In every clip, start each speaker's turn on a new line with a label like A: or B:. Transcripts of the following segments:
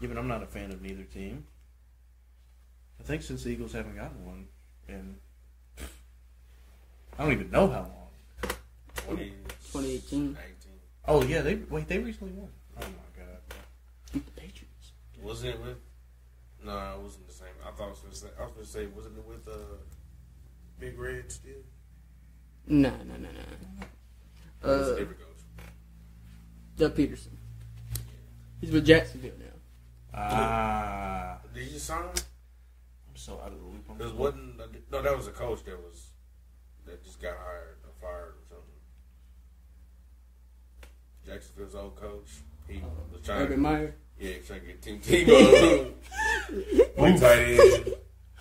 A: Even I'm not a fan of neither team. I think since the Eagles haven't gotten one, and I don't even know how long.
B: 20,
C: 2018.
B: 19.
A: Oh yeah, they wait. They recently won. Oh my god.
C: Beat the Patriots.
B: Wasn't it with? No, it wasn't the same. I thought it was gonna say. I was gonna say, wasn't it with uh, Big Red still?
C: No, no, no, no.
B: It's a
C: Uh,
B: different coach.
C: Doug Peterson. He's with Jacksonville now.
A: Ah,
B: Did you sign him?
A: I'm so out of the loop. on
B: Because
A: this.
B: wasn't no, that was a coach that was that just got hired or fired or something. Jacksonville's old coach. He was trying.
C: Uh, Urban Meyer.
B: yeah, trying to get Tim Tebow. Play tight end.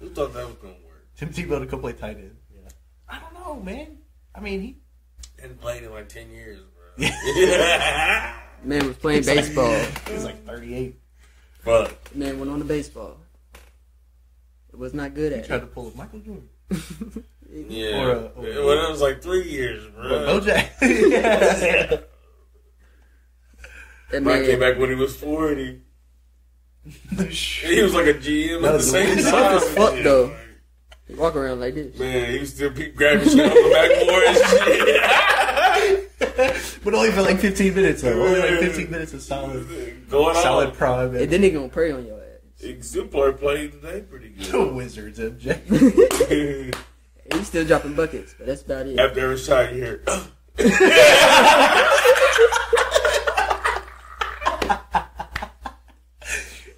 B: Who thought that was gonna work?
A: Tim Tebow to go play tight end. Yeah. I don't know, man. I mean, he
B: Hadn't played in like ten years, bro.
C: Man was playing baseball.
A: he's like 38.
B: Fuck.
C: Man went on to baseball. It was not good
A: He
C: at
A: tried
C: it.
A: to pull a Michael Jordan
B: Yeah.
A: Or, uh, or-
B: well, that was like three years, bro.
A: or Bojack.
C: That
B: But I came
C: man,
B: back when he was forty.
A: Shit.
B: He was like a GM at
A: That
B: the
A: was
B: same
A: the-
B: time.
C: as fuck,
B: Yeah,
C: though.
B: like-
C: he walk around like this.
B: Man, he was still pe- grabbing shit off the backboard and shit.
A: but only for like 15 minutes, though. Only like 15 minutes of solid,
B: Going
A: solid
B: on.
A: prime.
C: And
A: And
C: then they gonna prey on your ass.
B: Exemplar played today pretty
A: the
B: good.
A: Wizards, MJ.
C: And He's still dropping buckets, but that's about it.
B: After every shot, you hear.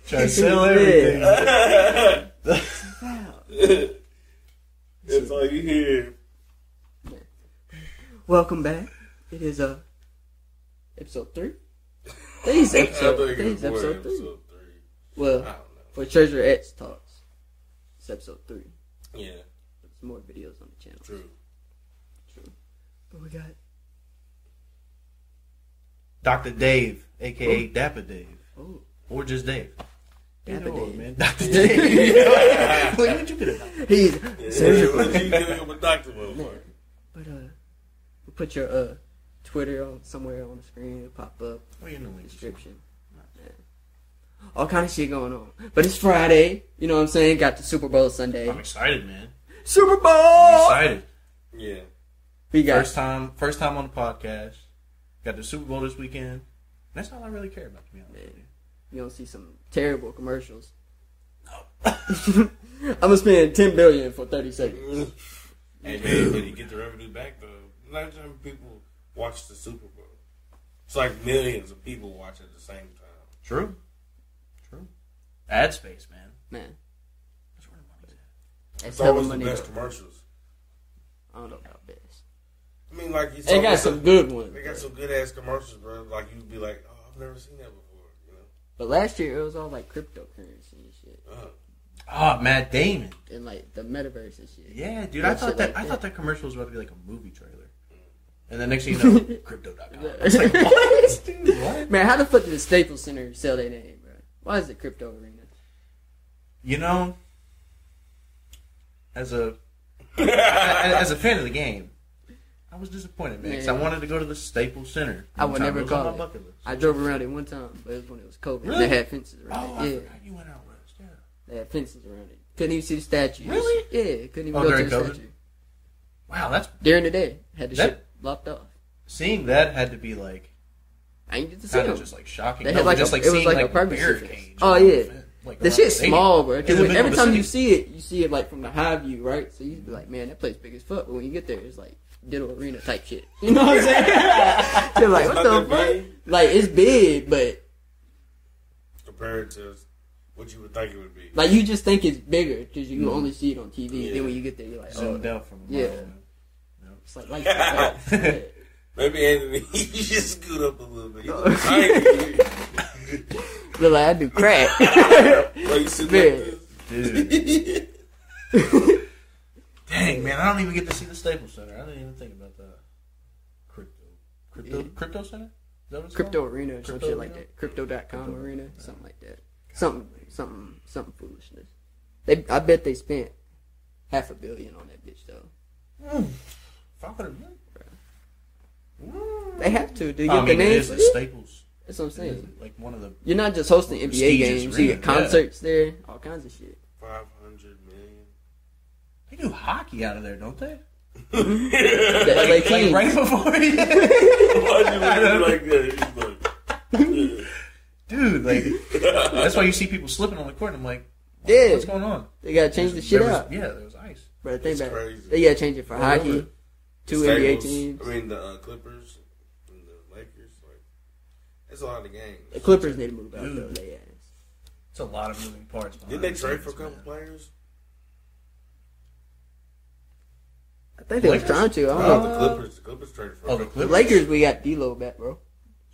A: Try to sell everything.
C: Wow.
B: That's all you hear.
C: Welcome back. It is uh, episode three. Today's
B: I
C: episode.
B: think
C: Today's
B: it's more
C: episode
B: episode
C: three.
B: three. I
C: Well,
B: don't
C: for Treasure X talks, it's episode three.
B: know. Yeah,
C: There's more videos on the channel.
B: true.
C: But we got
A: Dr. Dave, aka Dapper Dave,
C: oh,
A: or just Dave.
C: Dapper
A: Either or,
C: Dave.
A: man. Dr. Dave. like, what you been about?
C: he's
B: Yeah, what you doing with Doctor Wilmore?
C: But uh, we'll put your uh Twitter on somewhere on the screen. It'll pop up
A: Oh, you know, like,
C: description. Yeah. All kind of shit going on. But it's Friday. You know what I'm saying? Got the Super Bowl Sunday.
A: I'm excited, man.
C: Super Bowl.
A: Excited.
B: Yeah,
C: We got
A: First time, first time on the podcast. Got the Super Bowl this weekend. That's all I really care about, to be honest with you.
C: you don't see some terrible commercials. I'm gonna spend ten billion for thirty seconds.
B: hey man, but you get the revenue back though. Last time people watch the Super Bowl, it's like millions of people watch at the same time.
A: True. True. Ad space, man.
C: Man,
A: That's where the money's at.
C: that's
B: It's
C: hella
B: always the
C: money.
B: best
C: though.
B: commercials.
C: I don't know about best.
B: I mean, like you
C: They
B: saw-
C: got some good ones.
B: They got some good ass commercials, bro. Like you'd be like, oh, I've never seen that before. You know,
C: But last year it was all like cryptocurrency and shit,
B: uh,
A: Oh, Matt Damon.
C: and like the metaverse and shit.
A: Yeah, dude.
C: Yeah,
A: I thought
C: shit
A: that
C: like
A: I
C: that.
A: thought that commercial was about to be like a movie trailer. And the next thing you know, crypto.com. It's like, what, dude? What?
C: Man, how the fuck did the Staples Center sell their name, bro? Why is it Crypto Arena?
A: You know, as a as a fan of the game, I was disappointed, man. 'cause I
C: Man.
A: wanted to go to the Staples Center.
C: I would
A: It
C: never
A: was on
C: call
A: my
C: it.
A: bucket list.
C: I drove around it one time, but it was when it was COVID.
A: Really?
C: They had fences around
A: Oh,
C: it.
A: I
C: Yeah,
A: forgot you went out west. Yeah.
C: they had fences around it. Couldn't even see the statue.
A: Really?
C: Yeah, couldn't even
A: Oh,
C: go to
A: during
C: the
A: COVID?
C: statue.
A: Wow, that's
C: During the day, had the
A: That-
C: shit blocked off. Oh,
A: Mm-hmm.
C: oh,
A: Mm.
C: Mm. That's what I'm saying.
A: Like one of the
C: You're not just hosting NBA
A: Prestigious
C: games.
A: arena,
C: You get concerts there, all kinds of shit.
B: Five hundred million.
A: they do hockey out of there, don't they?
C: The LA
A: Like
C: Kings.
A: right before, yeah.
B: Why'd you look at me like that? He's like,
A: dude. Like that's why you see people slipping on the court. And I'm like, what-
C: Yeah.
A: what's going on?
C: They gotta change the shit
A: There was-
C: up.
A: Yeah, there was ice.
C: Bro, think
B: It's
C: about
B: crazy.
C: it. They gotta change it for
B: I
C: hockey,
B: remember
C: two
B: the
C: NBA
B: Staples-
C: teams.
B: I mean the uh, Clippers and the Lakers. Like that's a lot of games.
C: The Clippers need to move out though.
A: Dude.
C: They ass.
A: It's a lot of moving parts.
B: Didn't
A: behind
B: they
A: the
B: trade for a
A: scenes,
B: couple
A: man.
B: players?
C: I think they was
A: Lakers?
C: trying to. I don't
B: No,
A: Uh,
C: know.
B: the Clippers. The Clippers traded for. a
A: Oh, the
B: couple.
A: Clippers.
C: Lakers, we got D'Lo back, bro.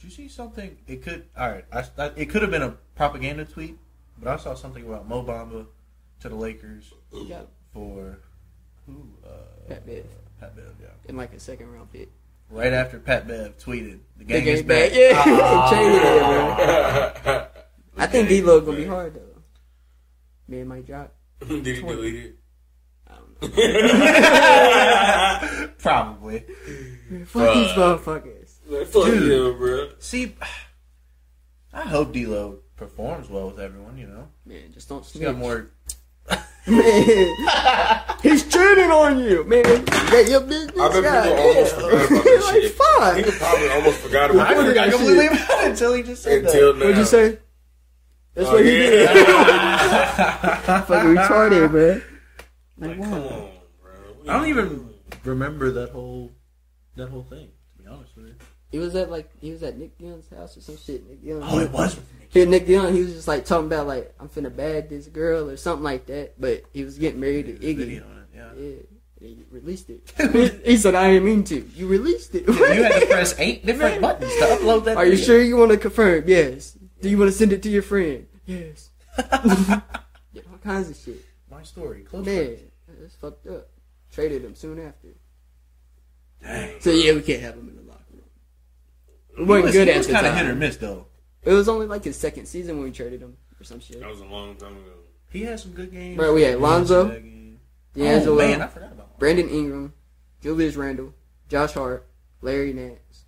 A: Did you see something? It could. All right, I, I, it could have been a propaganda tweet, but I saw something about Mo Bamba to the Lakers
C: We got
A: for who? Uh,
C: Pat Bev
A: Pat Bev. Yeah.
C: in like a second round pick.
A: Right after Pat Bev tweeted, the
C: They
A: gang
C: gave
A: is back. Ah,
C: Yeah,
B: Ah,
C: change it, bro. I
B: I
C: think D-Lo gonna be hard though. Me and Mike Jock.
B: Did he delete it?
C: I don't know.
A: Probably.
C: Fuck these motherfuckers.
B: Like, fuck
A: Dude.
B: yeah, bro.
A: See, I hope D'Lo performs well with everyone. You know,
C: Man, just don't
A: he's
C: snitch.
A: got more.
C: Man, he's cheating on you, man. That your business.
B: I bet people almost forgot about
C: God, damn.
B: this
C: like,
B: shit. People
C: fuck.
B: probably almost forgot about
A: I
C: What
B: it
C: did
A: forgot
C: he
A: completely
C: say?
A: about it until he just said
B: until now.
C: What'd you say? That's
B: Oh,
C: what he
B: yeah.
C: did. Fucking retarded, man.
B: Like, come on, bro.
A: that. I don't even remember that whole that whole thing. To be honest with you.
C: He was at like he was at Nick Dion's house or some shit. Nick Dion.
A: Oh, it was. with Nick.
C: He and Nick Dion. He was just like talking about like I'm finna bag this girl or something like that. But he was getting married to
A: There's a
C: Iggy.
A: video on it, Yeah.
C: Yeah, he released it. he said, "I didn't mean to." You released it.
A: You had to press eight different buttons to upload that.
C: Are you
A: video.
C: sure you want to confirm? Yes. Do you want to send it to your friend? Yes. Yeah, all kinds of shit.
A: My story, close
C: Man, that's fucked up. Traded him soon after.
A: Dang.
C: So yeah, we can't have him in the locker room. We
A: He
C: weren't
A: was,
C: good
A: he
C: at
A: was
C: the
A: kind of
C: time.
A: hit or miss though.
C: It was only like his second season when we traded him or some shit.
A: Oh,
B: That was a long time ago.
A: He had some good games.
C: Bro, we had
A: He
C: Lonzo.
A: some bad games. Oh
C: D'Angelo,
A: man, I forgot about. Lonzo.
C: Brandon Ingram, Julius Randle, Josh Hart, Larry Nance.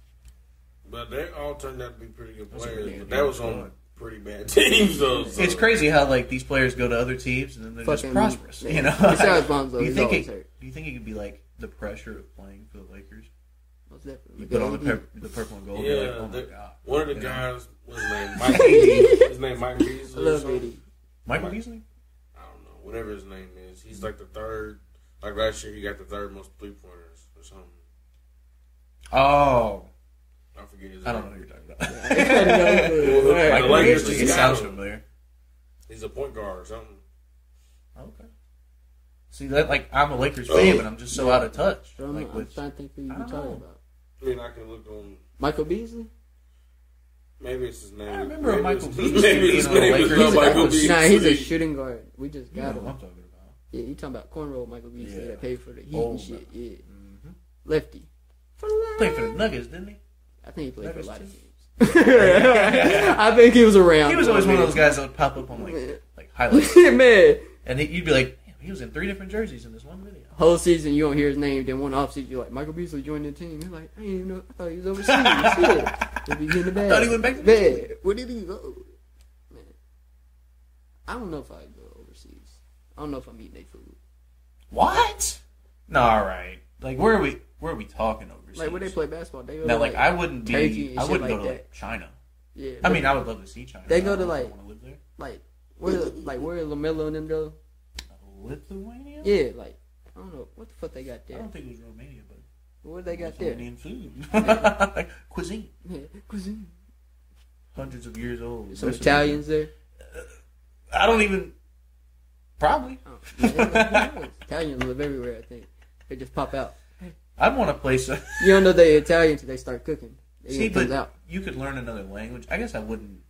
B: But they all turned out to be pretty good
A: Those are
B: players.
A: really
B: But
A: good
B: that was
A: players.
B: on pretty bad teams, though. So.
A: It's crazy how like these players go to other teams and then they're just
C: Fucking-
A: prosperous.
C: yeah.
A: You know,
C: Besides Lonzo,
A: do you
C: he's
A: think
C: always
A: it,
C: hurt.
A: do you think it could be like the pressure of playing for the Lakers?
C: Most definitely.
A: You put on the, pep- the purple and gold. Yeah,
B: Yeah,
A: like, oh my
B: the-
A: god,
B: One of the
A: Yeah.
B: guys was named Mike Beasley. His name Mike
C: I
B: Beasley. or
C: love
B: something.
C: AD.
A: Michael Beasley.
B: I don't know. Whatever his name is. He's like the third. Like last year, he got the third most three pointers or something.
A: Oh,
B: I forget his
A: I
B: name.
A: don't know who you're talking about.
C: All right.
B: Like,
A: Michael
B: Lakers
A: Beasley.
B: just
A: It
B: got
A: sounds
B: him.
A: familiar.
B: He's a point guard or something.
A: Okay. See that like I'm a Lakers fan, but I'm just so out of touch.
C: I'm,
A: Like
C: I'm
A: with
C: trying to think who you
A: I
C: were
A: don't
C: talking
A: know.
C: about.
B: I mean, I can look on.
C: Michael Beasley?
B: Maybe it's his name.
A: I remember
B: Maybe
A: Michael
B: it's-
A: Beasley
B: Maybe his
A: being on the
B: name
A: Lakers.
B: is not
A: He's a-
B: Michael
A: Nah,
B: Beasley.
C: Nah, he's a shooting guard. We just
A: you know
C: got
A: what
C: him.
A: I'm talking about.
C: Yeah, you talking about cornrow Michael Beasley
A: Yeah.
C: that paid for the heat
A: Old
C: and shit. Yeah,
A: Mhm.
C: lefty. For
A: Played for the Nuggets, didn't he?
C: I think he played for a
A: Nuggets
C: lot of
A: too?
C: teams. I think he was around.
A: He was always one of those guys that would pop up on
C: Yeah.
A: like like highlights,
C: man.
A: and he- you'd be like, Damn, he was in three different jerseys in this one video.
C: Whole season you don't hear his name. Then one off season you're like Michael Beasley joined the team. You're like I didn't even know. I thought he was overseas. yeah. He'll be getting the bag.
A: Thought he went back to
C: man. Where did he go? Man, I don't know if I go overseas. I don't know if I'm eating their food.
A: What? No, all right. Like where are we? Where are we talking overseas?
C: Like where they play basketball, they go
A: Now,
C: to,
A: like I wouldn't
C: Turkey
A: be.
C: and
A: I
C: shit
A: wouldn't go
C: like
A: to
C: that.
A: like China.
C: yeah.
A: I mean, I would love to see China.
C: They
A: but
C: go
A: I don't
C: to,
A: know if I
C: like-
A: wanna live there.
C: like where like where Lamelo and them go?
A: Lithuania.
C: Yeah, like I don't know what the fuck they got
A: I
C: there.
A: don't think it was Romania, but
C: What they got there?
A: Lithuanian food, like cuisine,
C: Yeah, cuisine.
A: hundreds of years old.
C: Some
A: recipes.
C: Italians there.
A: I don't even. Probably.
C: Oh, yeah, they got- who knows? Italians live everywhere. I think they just pop out.
A: I'd want a place. that-
C: You don't know they Italian until they start cooking. They
A: See,
C: it comes
A: but
C: out.
A: you could learn another language. I guess I wouldn't.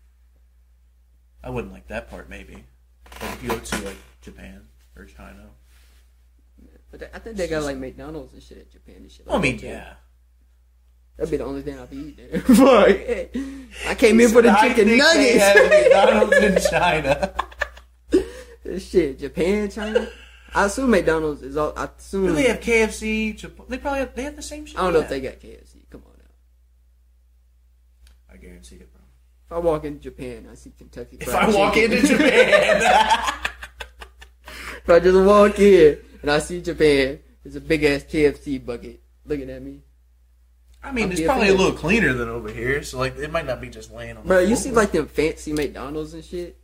A: I wouldn't like that part, maybe. But if you go to like Japan or China,
C: But they, I think they got like McDonald's and shit in Japan and shit. Like
A: well, I mean,
C: that, too.
A: yeah.
C: that'd be the only thing I'd be eating. there. Fuck, I came in for the
A: I
C: chicken
A: think They have
C: nuggets.
A: McDonald's in China.
C: shit, Japan, China. I assume McDonald's is all. I assume
A: Do they have KFC? Chipotle? They probably have, they have the same shit.
C: I don't know if
A: yeah.
C: they got KFC. Come on now.
A: I guarantee it, bro.
C: If I walk into Japan, I see Kentucky.
A: If I
C: Fried
A: walk
C: Chicken.
A: into Japan,
C: if I just walk in and I see Japan, there's a big ass KFC bucket looking at me.
A: I mean,
C: I'll
A: it's
C: be
A: probably a
C: offended.
A: little cleaner than over here, so like it might not be just laying on. the
C: Bro, you
A: floor.
C: see like them fancy McDonald's and shit.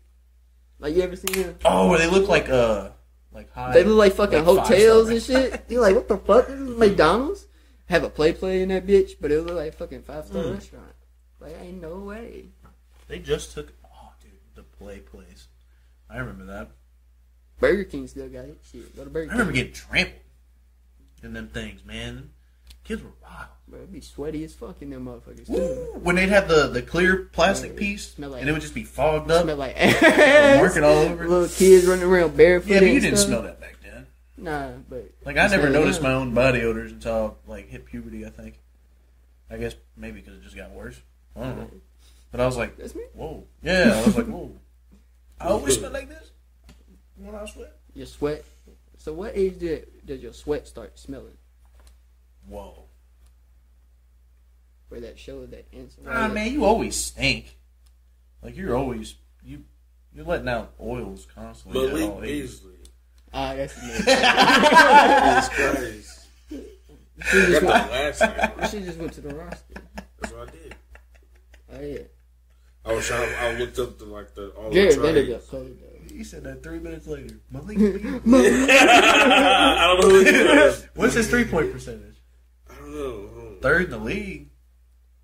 C: Like you ever seen them?
A: oh, where they look like uh, like high.
C: They look like fucking
A: like five
C: hotels
A: star
C: and shit. You're like, what the fuck? This is McDonald's. Have a play play in that bitch, but it look like fucking five star
A: Hmm.
C: restaurant. Like, ain't no way.
A: They just took. Oh, dude, the play plays. I remember that.
C: Burger King still got it. Shit, go to Burger
A: I
C: King.
A: remember getting trampled in them things, man. Kids were wild.
C: Bro, it'd be sweaty as fuck in them motherfuckers too.
A: Woo! When they'd have the, the clear plastic
C: Right.
A: piece,
C: Smell like-
A: and it would just be fogged up.
C: Smell like ass.
A: market all over.
C: Little kids running around barefoot.
A: yeah, but you
C: and
A: didn't
C: stuff.
A: smell that back then.
C: Nah, but
A: Like I
C: you
A: never
C: smell it
A: noticed
C: now.
A: my own body odors until I, like hit puberty. I think. I guess maybe because it just got worse. I don't know. But I was like,
C: That's me.
A: whoa, yeah. I was like, whoa. I always smell like this when I sweat.
C: Your sweat. So what age did does your sweat start smelling?
A: Whow.
C: Where that shows that answer.
A: Ah, man, you always stink. Like you're always you you're letting out oils constantly. at all
B: Malik
A: ages.
B: Beasley.
C: Ah, that's me.
B: Jesus Christ.
C: She
B: Got
C: just
B: the
C: went,
B: last name.
C: she just went to the roster.
B: That's what I did.
C: Oh yeah,
B: I was trying. I looked up the like the all
C: Jared
B: the trades.
C: Vanderbilt colored though.
A: He said that three minutes later. Malik, Beasley.
B: I don't know. Who it was.
A: what's his three point percentage?
B: I don't know. I don't know.
A: Third in the league.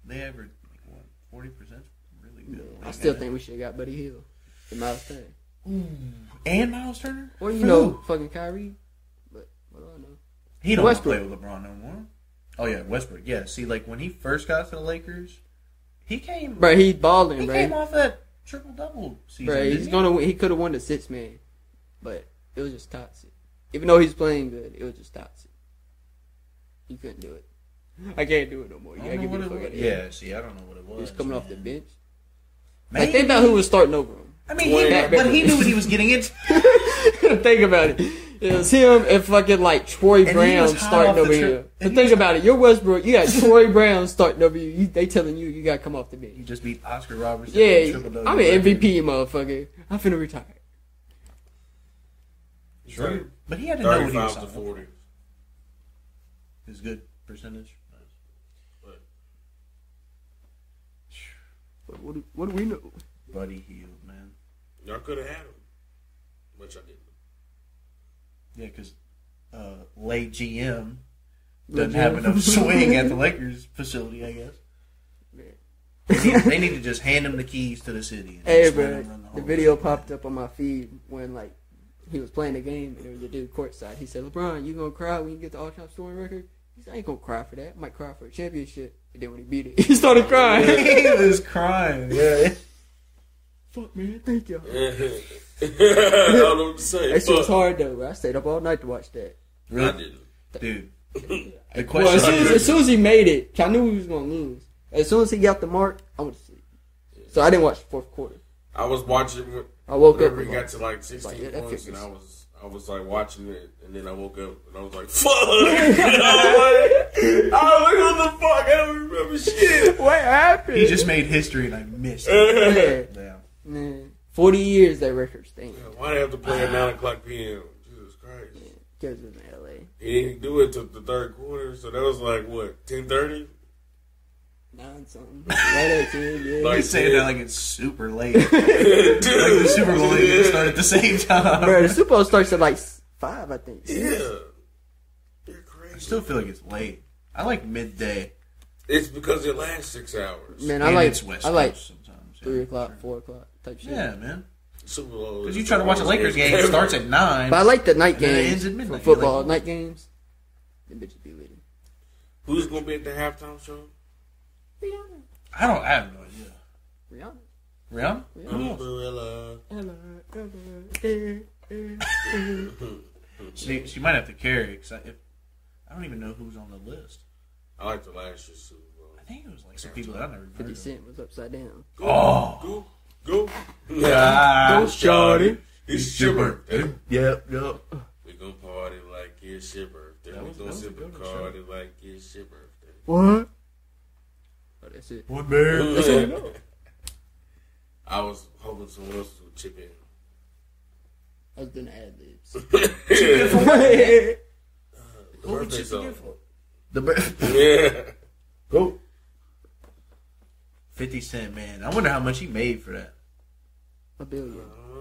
A: They average like what forty percent. Really good.
C: I still think we should have got Buddy Hill and Miles Turner,
A: And Miles Turner.
C: or you
A: Who?
C: know, fucking Kyrie. But what do I know?
A: he don't wanna
C: Westbrook.
A: play with LeBron no more. Oh yeah, Westbrook. Yeah, see, like when he first got to the Lakers, he came.
C: Bro, he's balling,
A: he
C: bro.
A: came off that triple double season.
C: Bro,
A: didn't
C: he's
A: he?
C: gonna. win- He could have won the six man, but it was just toxic. Even though he's playing good, it was just toxic. You couldn't do it. I can't do it no more. You
A: I don't
C: gotta
A: know
C: give me
A: what
C: the
A: it
C: fuck
A: was.
C: out of here.
A: Yeah, see, I don't know what it was.
C: He's coming off the
A: man.
C: bench. Like,
A: Maybe.
C: think about who was starting over him.
A: I mean,
B: Dwayne
A: he,
C: Wade.
A: but he knew what he was getting into.
C: think about it. It was him and fucking like Troy
A: he
C: Brown
A: was hot off
C: starting
A: the
C: over
A: trip.
C: here. But
A: And he
C: think
A: was-
C: about it. You're Westbrook. You got Troy Brown starting over you. you. They telling you you gotta come off the
A: He
C: bench.
A: just beat Oscar Robertson.
C: Yeah,
A: triple double
C: I'm an MVP, motherfucker. I'm finna retire.
A: True, but he had to know what he was
B: Thirty-five to
A: signing up
B: forty.
A: for. His good percentage.
C: What, what, do, what do we know?
A: Buddy Hield, man.
B: Y'all could have had him, but y'all didn't.
A: Yeah, because uh, late GM doesn't have enough swing at the Lakers facility. I guess they need, they need to just hand him the keys to the city. And
C: Hey,
A: just let
C: bro,
A: him run
C: the
A: whole
C: video
A: thing.
C: popped up on my feed when like he was playing the game and there was a dude courtside. He said, "LeBron, you gonna cry when you get the all-time scoring record?" He said, "I ain't gonna cry for that. I might cry for a championship." And then when he beat it, he started crying.
A: he was crying. Yeah,
C: Fuck, man, thank y'all.
B: I don't know what to say.
C: That shit
B: Fuck.
C: was hard though. Bro. I stayed up all night to watch that.
B: I
A: really,
B: didn't.
A: dude. The
C: Well,
A: question.
C: as soon as, as soon as he made it, 'cause I knew he was gonna lose. As soon as he got the mark, I went to sleep. So I didn't watch the fourth quarter.
B: I was watching. when-
C: I woke up
B: Whenever
C: and
B: it
C: like,
B: got to like
C: like,
B: sixteen
C: yeah, that
B: points, and
C: fits.
B: I was I was like watching it, and then I woke up and I was like, "Fuck!" I was like, "What the fuck? I don't remember shit."
C: what happened?
A: he just made history, and I missed it.
C: Yeah,
A: Yeah.
C: man. Forty years that record staying
B: Why they have to play at nine o'clock p.m.? Jesus Christ!
C: because of L.A.
B: He didn't do it till the third quarter, so that was like what ten thirty.
C: Nine something. Right at ten, yeah.
A: He's saying that like it's super late. like
B: Dude,
A: the Super Bowl didn't even start at the same time.
C: Bro, the Super Bowl starts at like s- five, I think.
B: Yeah, you're
A: I
B: crazy.
A: still feel like it's late. I like midday.
B: It's because it lasts six hours.
C: Man,
A: And
C: I like
A: it's West
C: I like
A: Coast sometimes. yeah,
C: three
A: for
C: o'clock,
A: sure.
C: four o'clock type shit.
A: Yeah, man.
B: Super Bowl.
A: Because
B: is
A: you try to
B: the
A: watch a
B: longest
A: Lakers
B: game
A: game, it starts
B: ever.
A: at nine.
C: But I like the night
A: And then it ends
C: games
A: at
C: for
A: midnight.
C: football.
A: You're like-
C: night games, the bitches be lit.
B: Who's gonna be at the halftime show?
C: Rihanna,
A: I don't. I have no idea.
C: Rihanna,
A: Rihanna? Who else?
B: Umbrella.
C: Ella, Ella, eh, eh.
A: She she might have to carry. Cause I, if, I don't even know who's on the list.
B: I like the last year's Super Bowl.
A: I think it was like some people that I never heard
C: Fifty
A: of.
C: Cent was upside down.
A: Oh.
B: Go, go.
A: Ah,
B: shawty. It's your birthday.
A: Yep, yep.
B: We gon' party like it's your birthday.
A: That
B: We
A: was-
B: gon'
A: that was a
B: sip a
A: good one,
B: party like it's your birthday.
C: What? Oh, that's it.
A: One bear.
B: That's all I know. and someone else will chip in.
C: I was doing ad libs.
A: What
B: The birthday song.
A: The bir-
B: Yeah.
A: Go. Fifty Cent, man. I wonder how much he made for that.
C: A billion.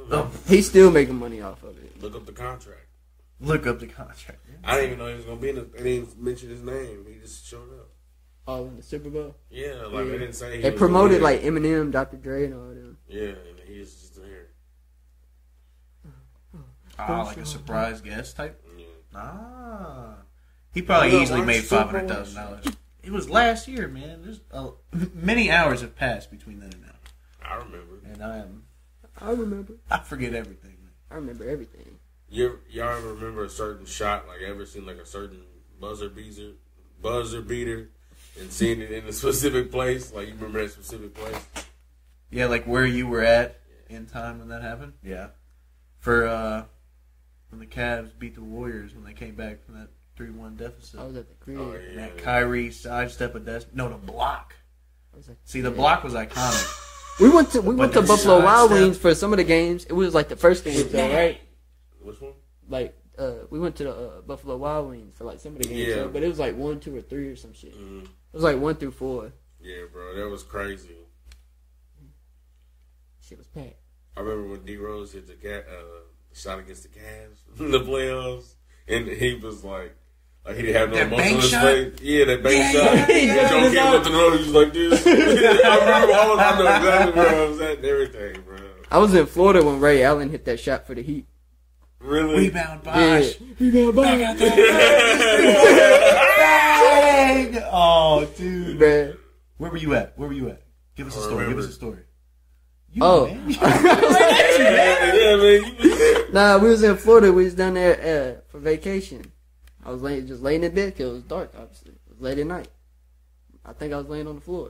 A: Oh,
C: He's still making money off of it.
B: Look up the contract.
A: look up the contract.
B: I didn't even know he was gonna be in. The, they didn't mention his name. He just showed up.
C: All in the Super Bowl.
B: Yeah, like they didn't say. He
C: They
B: was
C: promoted
B: gonna
C: like Eminem, Dr. Dre, and all them.
B: be there. Yeah, and he was just there.
A: Ah, like a
C: uh,
A: surprise guest type.
B: Yeah.
A: Ah, he probably
B: Look,
A: easily
B: watch
A: made
B: Super
A: five hundred thousand dollars. It was last year, man. uh, There's a, many hours have passed between then and now,
B: I remember.
A: and I am
C: I remember.
A: I forget everything. man.
C: I remember everything.
B: You y'all ever remember a certain shot? Like ever seen like a certain buzzer beater, buzzer beater, and seeing it in a specific place? Like you remember that specific place?
A: Yeah, like where you were at in time when that happened. Yeah, for uh, when the Cavs beat the Warriors when they came back from that three-one deficit.
C: I was at the crib.
B: Oh
A: And
B: yeah.
A: that Kyrie sidestep a desk. No, the block.
C: I was like,
A: See, the
C: yeah.
A: block was iconic.
C: We went to we went to
A: the
C: Buffalo
A: side
C: Wild
A: step-
C: Wings for some of the games. It was like the first game, though, right?
B: Which one?
C: Like uh, we went to the uh, Buffalo Wild Wings for like some of the games,
B: Yeah.
C: though, but it was like one, two, or three or some shit. It
B: Mm,
C: was like one through four.
B: yeah, bro, that was crazy.
C: Shit was packed.
B: I remember when D Rose hit the cat, uh, shot against the Cavs in the playoffs, and he was like, like he didn't have no
A: That
B: emotion on
A: bank
B: his
A: shot?
B: face. Yeah, that bank
A: Yeah,
B: shot.
C: yeah, yeah.
B: Joe came up the road, he was like this. I remember, I, was, I know exactly where I was at and everything, bro.
C: I was in Florida when Ray Allen hit that shot for the Heat.
B: Really?
A: Rebound, Bosh.
C: He got
A: Back
C: by.
A: out there. Dang! Oh, dude.
C: Man.
A: Where were you at? Where were you at? Give us a
B: I
A: story. Give
B: remember.
A: us a story. You,
C: Oh.
B: Yeah, yeah, man. You was-
C: Nah, we was in Florida. We was down there uh, for vacation. I was laying, just laying in bed 'cause it was dark. Obviously, it was late at night. I think I was laying on the floor.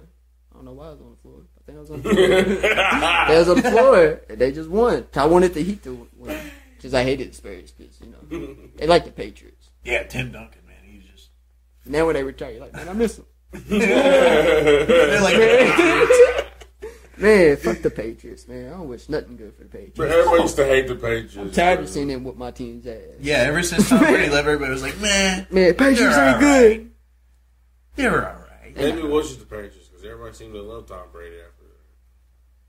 C: I don't know why I was on the floor. I think I was on the floor. they was on the floor. And they just won. I wanted the Heat to win because I hated the Spurs. Cause you know they like the Patriots.
A: yeah, Tim Duncan, man. He's just.
C: Now when they retire, you're like, man, I miss them.
A: They're like,
C: Man, fuck the Patriots, man. I don't wish nothing good for the Patriots.
B: Bro, everybody used to hate the Patriots.
C: I'm tired of
B: bro.
C: seeing them whoop my team's ass.
A: yeah, ever since Tom Brady left, everybody was like, man,
C: Man, Patriots
A: They're
C: ain't good.
A: they were all right.
B: Maybe it was just the Patriots because everybody seemed to love Tom Brady after.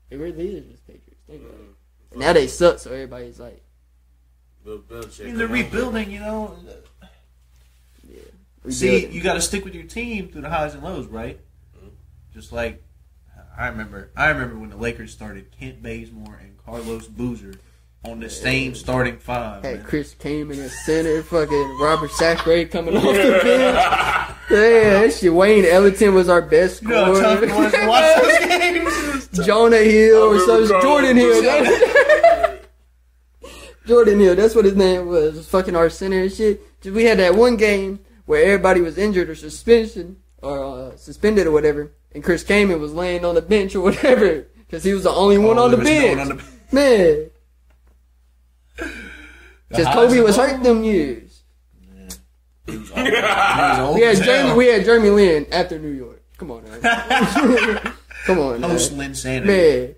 C: They really is just Patriots. Think about it. Now they suck, so everybody's like,
B: Bill
A: I
B: Belichick.
A: mean, they're rebuilding, you know.
C: yeah.
A: See,
C: rebuilding.
A: you got to stick with your team through the highs and lows, right?
C: Mm-hmm.
A: Just like I remember, I remember when the Lakers started Kent Bazemore and Carlos Boozer on the same starting five.
C: Had
A: man.
C: Chris Kaman in the center, fucking Robert Sacre coming off the bench. Yeah, that shit. Wayne Ellington was our best
A: You know how tough
C: scorer.
A: it was to watch those games.
C: Jonah Hill or
B: I
C: some
B: remember
C: Jordan
B: Carlos
C: Hill. Jordan Hill, that's what his name was. was fucking our center and shit. We had that one game where everybody was injured or suspension or uh, suspended or whatever, and Chris Kaman was laying on the bench or whatever because he was the only one
A: Oh,
C: on the
A: there was no one
C: bench.
A: on the bench.
C: Man, because
A: highs
C: Kobe
A: and
C: was hurt them years.
A: He was old. He was old
C: We had
A: as
C: Jeremy,
A: hell.
C: we had Jeremy Lin after New York. Come on, now. come on, now.
A: Post Lynn Sanity.
C: man.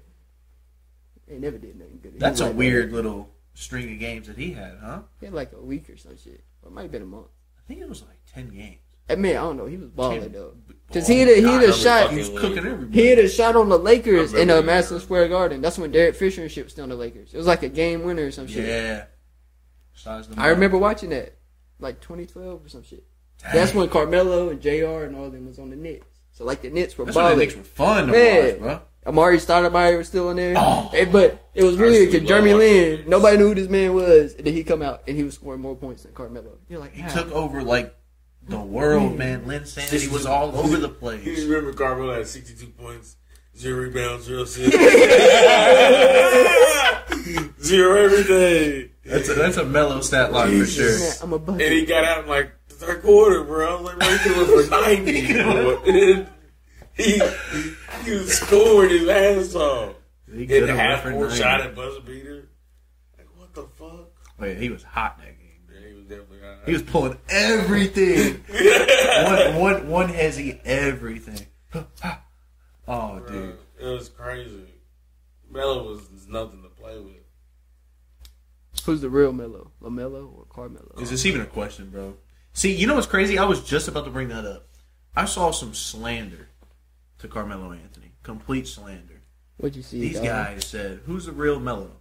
C: They never did nothing good. He
A: That's
C: was
A: a
C: like
A: weird little string of games that he had, huh?
C: He had like a week or some shit. Or it might have been a month.
A: I think it was like ten games.
C: I mean, I don't know. He was balling
A: Ten-
C: though.
A: b-
C: Cause he had a,
B: I
C: he had a
B: remember
C: shot.
A: He was cooking everybody.
C: He had a shot on the Lakers
B: I remember
C: in uh,
B: that,
C: Madison
B: yeah.
C: Square Garden. That's when Derek Fisher and shit was still on the Lakers. It was like a game winner or some shit.
A: yeah. Sized them
C: I
A: up.
C: remember watching that, like 2012 or some shit. That's when Carmelo and Jr. and all them was on the Knicks. So like the Knicks were
A: That's when the Knicks were fun
C: balling.
A: to
C: Man.
A: watch, bro.
C: Amari Stoudemire was still in there.
A: Oh.
C: Eh, but it was really
B: Honestly,
C: because Jeremy
B: love watching the
C: Lin.
B: Knicks.
C: Nobody knew who this man was, and then he come out and he was scoring more points than Carmelo. You're like,
A: He
C: "How?"
A: took over like the world, man. Lynn Sanity was all over the
B: You
A: place.
B: remember Carmelo had 62 points, zero rebounds, zero assists, zero everything.
A: That's a, that's a mellow stat line for sure.
C: Man, I'm a bucket.
B: And he got out in like the third quarter, bro. I was like, bro, he could have for 90. bro. he, he was scoring his ass off.
A: He
B: Hit the
A: could've
B: half
A: went for
B: court
A: 90.
B: shot at buzzer beater. Like, what the fuck?
A: Wait, he was hot that game.
B: Yeah, he was definitely hot.
A: He was pulling everything. one one one hezzy everything. oh
B: Bro,
A: dude,
B: It was crazy. Melo was nothing to play with.
C: Who's the real Melo? Lamelo or Carmelo?
A: Is this even a question, bro? See, you know what's crazy? I was just about to bring that up. I saw some slander to Carmelo Anthony. Complete slander.
C: What'd you see?
A: These
C: dog?
A: guys said, "Who's the real Melo?"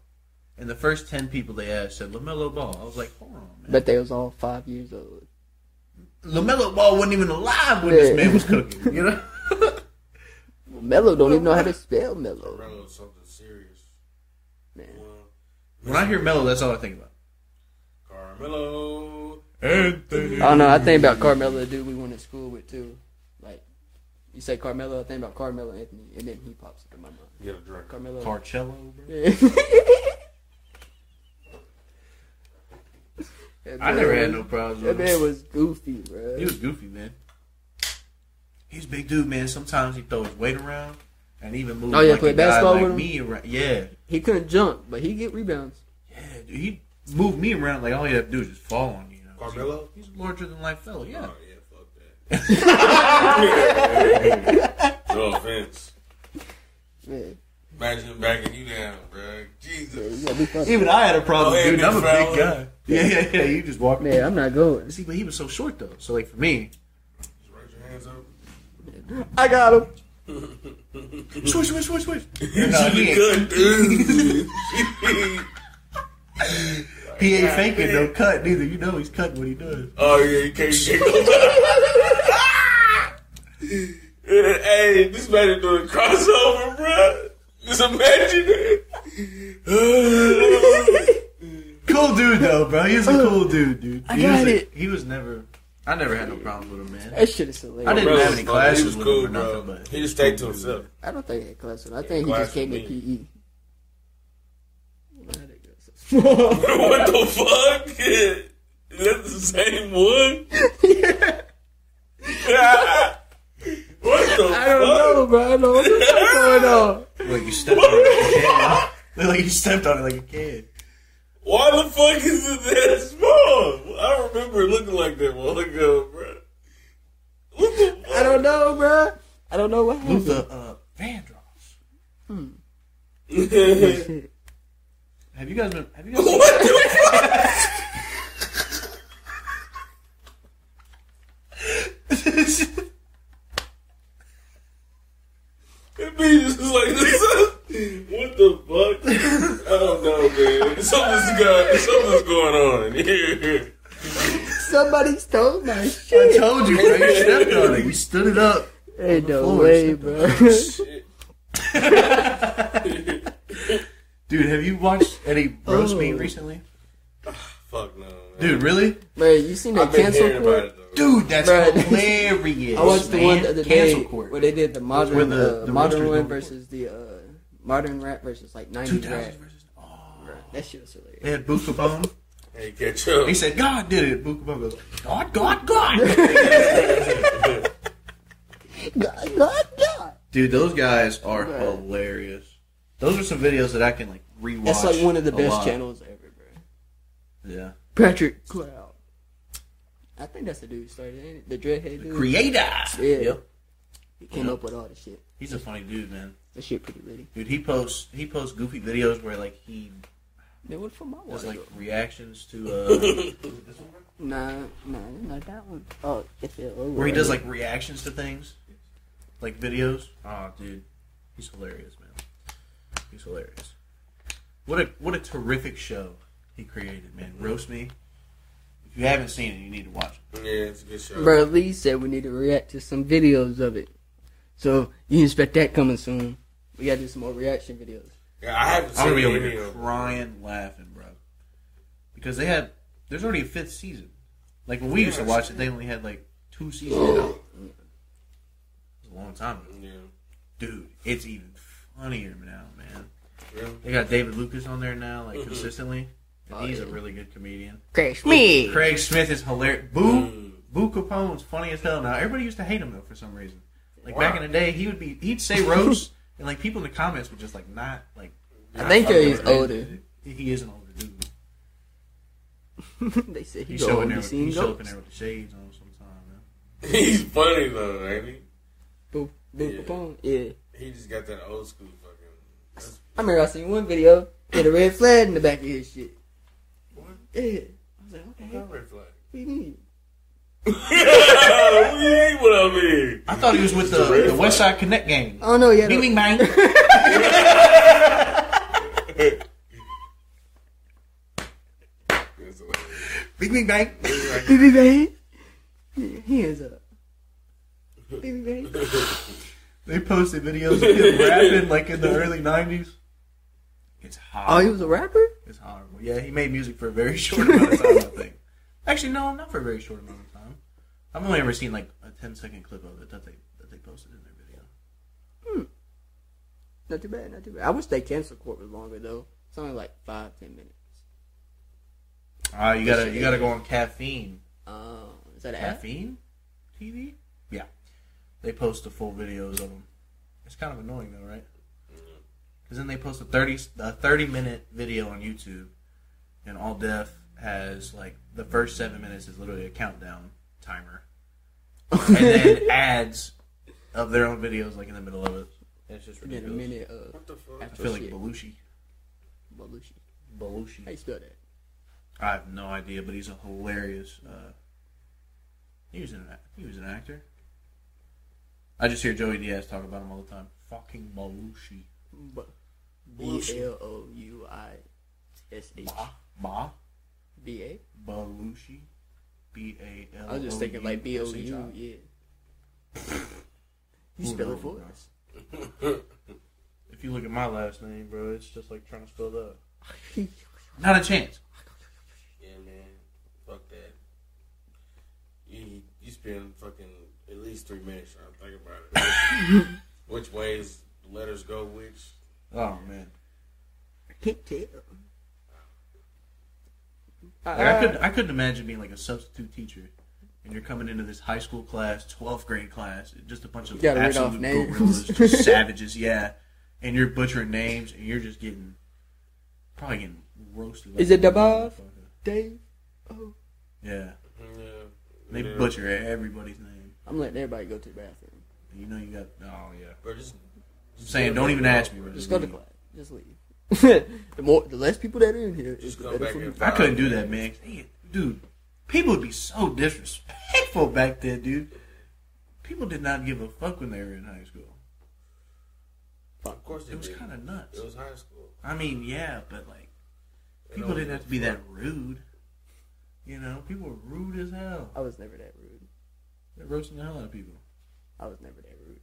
A: And the first ten people they asked said Lamelo Ball. I was like, "Hold on, man."
C: Bet they was all five years old.
A: Lamelo Ball wasn't even alive when this
C: Yeah.
A: man was cooking. You know?
C: Melo don't even know how to spell Melo.
B: Melo was something serious.
C: Man.
B: Well,
A: when I hear Melo, that's all I think about.
B: Carmelo.
A: Anthony.
C: I don't know. Oh, I think about Carmelo, the dude we went to school with too. Like, you say Carmelo, I think about Carmelo Anthony, and then he pops up in my mind.
B: Get a drink.
C: Carmelo.
A: Carcello, bro.
C: Yeah. That
A: I
C: man
A: never had
C: was-
A: no problems.
C: That
A: With
C: man
A: him.
C: was goofy, bro.
A: He was goofy, man. He's a big dude, man. Sometimes he throw his weight around and even move.
C: Oh, yeah,
A: like
C: play
A: a guy
C: basketball
A: like
C: with him?
A: me around. Yeah,
C: He couldn't jump, but he get rebounds.
A: yeah. Dude, he moved me around like all you have to do is just fall on you. you know?
B: Carmelo?
A: He's a larger than life fella. Yeah.
B: Oh, yeah, Oh, fuck that. no offense.
C: Man,
B: Imagine backing you down, bro.
C: man,
B: Jesus.
C: you gotta be funny.
A: Even I had a problem,
B: Oh, yeah,
A: dude. I'm a
B: big fella.
A: big guy. Yeah, yeah, yeah. You just walk.
C: Man, I'm not going.
A: See, but he was so short though. So like for me,
B: Just raise your hands up.
C: I got him.
A: switch, switch, switch, switch.
B: You
A: No,
B: should
A: he
B: be
A: ain't-
B: good, dude.
A: He ain't faking no cut neither. You know he's cutting what he does.
B: oh, yeah, you can't shake Ah! Hey, this man is doing crossover, bro. Just imagine it.
A: Cool dude though, bro. He's a cool dude, dude.
C: I
A: He was
C: got
A: a-
C: it.
A: He was never. I never had no problems with him, man.
C: That shit is hilarious.
A: I didn't
B: Bro,
A: have any classes
B: He was
A: with
B: cool,
A: him or
B: bro.
A: nothing, but
B: he just stayed to himself.
C: I don't think he had class. I think he
B: class
C: just came
B: with
C: in PE.
B: what the fuck? Is that the same one? what the
C: I don't know, bro. I don't know what's going on.
A: Like you stepped on it like a kid. Like you stepped on it like a kid.
B: Why the fuck is it that small? I remember it looking like that while ago, bro. What the fuck?
C: I don't know, bro. I don't know what happened.
A: Luther uh, Vandross. Have you guys been? Have you guys? Been,
B: what the fuck? It be just like this. what the fuck? I don't know, man. Something's got something's going on in here.
C: Somebody stole my
A: I
C: shit.
A: told you, bro. You stepped on it. You stood it up.
C: Ain't no
A: floor,
C: way,
A: shit.
C: bro.
B: Shit.
A: Dude, have you watched any roast meat
C: Oh.
A: recently?
B: Fuck no, man.
A: Dude, really?
C: Man, you seen that
B: I've been
C: cancel
B: hearing about
C: court?
B: it though.
A: Dude, that's
C: Bruh.
A: hilarious.
C: I watched the
A: man.
C: one the other
A: Cancel
C: day
A: court.
C: where they did the modern,
A: Where the-
C: uh,
A: the roosters
C: modern
A: don't
C: one
A: report.
C: versus the uh, modern rap versus like
A: Two
C: 90s rap.
A: thousand versus. Oh.
C: That shit was hilarious.
A: They had Buka Bone.
B: Hey, catch up.
A: He said, "God did it." Buka Bone goes, "God, God, God."
C: God, God, God.
A: Dude, those guys are
C: Bruh.
A: hilarious. Those are some videos that I can like rewatch.
C: That's like one of the
A: a
C: best
A: lot.
C: channels ever, bro.
A: Yeah,
C: Patrick Cloud. I think that's the dude who started, ain't it? The dreadhead dude.
A: creator. Yep.
C: He came
A: Yeah.
C: up with all the shit.
A: He's a funny dude, man.
C: That shit pretty witty.
A: Dude, he posts he posts goofy videos where like he
C: Man, what for my wife?
A: does like reactions to uh,
C: Nah, nah, not that one. Oh, if it oh,
A: where he
C: right.
A: does like reactions to things, like videos. Oh, dude, he's hilarious, man. He's hilarious. What a what a terrific show he created, man. Roast me. If you haven't seen it, you need to watch it.
B: Yeah, it's a good show.
C: Bro, Lee said we need to react to some videos of it. So you expect that coming soon. We gotta do some more reaction videos.
B: Yeah, I haven't
A: I'm
B: seen
A: gonna be
B: any
A: over
B: of
A: here
B: them.
A: crying, laughing, bro. Because they had there's already a fifth season. Like when we used to
B: Yeah.
A: watch it, they only had like two seasons out. It was a long time ago.
B: Yeah,
A: Dude, it's even funnier now, man.
B: yeah.
A: They got David Lucas on there now, like consistently. And
C: Oh,
A: he's a
C: yeah.
A: really good comedian.
C: Crash me.
A: Craig Smith is hilarious. Boo
B: Mm.
A: Boo Capone's funny as hell now. Everybody used to hate him though for some reason. Like
B: Why?
A: back in the day, he would be he'd say roast and like people in the comments would just like not like
C: I think
B: Yeah,
C: he's
B: fucking
C: older.
A: He is an older dude.
C: they said
A: He
C: he's
A: show
C: going
A: in
C: to
A: there. With,
C: be
A: he
C: seen
A: show up in
C: ghosts.
A: there with the shades on sometime. Man.
B: He's funny though, ain't he?
C: Boop, boop,
B: Yeah.
C: boop, boom. Yeah.
B: He just got that old school fucking. That's,
C: I remember I seen one video with a red flag in the back of his shit.
B: What?
C: Yeah. I was like, okay, what
B: Not red flag.
C: do you mean?
B: yeah, we ain't what I mean.
A: I thought he was with the,
B: Red
A: the
B: flag.
A: West Side Connect gang.
C: I don't know. Yeah.
A: Bing, bing, bang.
B: That's hilarious.
A: Bing, bing, bang.
C: BB Bang. Hands up. BB Bang.
A: They posted videos of him rapping like in the early 90s. It's
C: Oh, he
A: hot.
C: was a rapper?
A: It's horrible. Yeah, he made music for a very short amount of time, I think. Actually, no, not for a very short amount of time. I've only ever seen like a 10 second clip of it that they that they posted in their video.
C: Not too bad, not too bad. I wish they cancel court was longer though. It's only like five, ten minutes.
A: Ah, you gotta you gotta go on caffeine.
C: Um, is that an app?
A: Caffeine TV? Yeah. They post the full videos of them. It's kind of annoying though, right? Mm-hmm. Because then they post a 30, a 30 minute video on YouTube, and All Def has like the first seven minutes is literally a countdown timer, and then ads of their own videos like in the middle of it. It's just
C: In a
A: ridiculous.
C: minute, uh,
B: What the fuck?
A: I feel like
C: Shit.
A: Belushi.
C: Belushi. How
A: Belushi.
C: you spell that?
A: I have no idea, but he's a hilarious. Uh, he was an he was an actor. I just hear Joey Diaz talk about him all the time. Fucking Belushi.
C: B
B: Belushi.
C: L O U I S H
A: Ba ba
C: B A.
A: Belushi. B a l.
C: I was just thinking like B O U. Yeah. You
A: Who
C: spell it
A: knows,
C: for
A: bro?
C: us?
A: If you look at my last name, bro, it's just like trying to spell that. Not a chance.
B: Yeah, man. Fuck that. You you spend fucking at least three minutes trying to think about it. which ways the letters go which.
A: Oh man,
C: I can't tell.
A: like,
C: Uh,
A: I could I couldn't imagine being like a substitute teacher. And you're coming into this high school class, 12th grade class, just a bunch of
C: You gotta read off
A: absolute
C: names.
A: gorillas, just savages, yeah. And you're butchering names, and you're just getting probably getting roasted. like
C: Is it
A: a
C: Dabov?
A: motherfucker.
C: Dave. Oh.
A: Yeah,
B: Yeah.
A: they
B: yeah.
A: butcher everybody's name.
C: I'm letting everybody go to the bathroom.
A: And you know you got oh yeah.
B: Bro, just, just
A: saying,
B: go
A: don't
B: back
A: even
B: out,
A: ask me,
B: bro.
A: bro.
C: Just go to class. Just leave. the more, the less people that are in here,
B: Just
C: the
B: go
C: better
B: back
C: for
B: in.
C: me.
A: I couldn't do that, man. Hey, Dude, people would be so disrespectful back then, dude. People did not give a fuck when they were in high school.
B: Of course they
A: It was
B: did.
A: kind of nuts.
B: It was high school.
A: I mean, yeah, but like,
B: They
A: people
B: don't
A: didn't
B: give
A: have
B: a
A: to be
B: fuck.
A: that rude. You know, people were rude as hell.
C: I was never that rude.
A: They're roasting the hell out of people.
C: I was never that rude.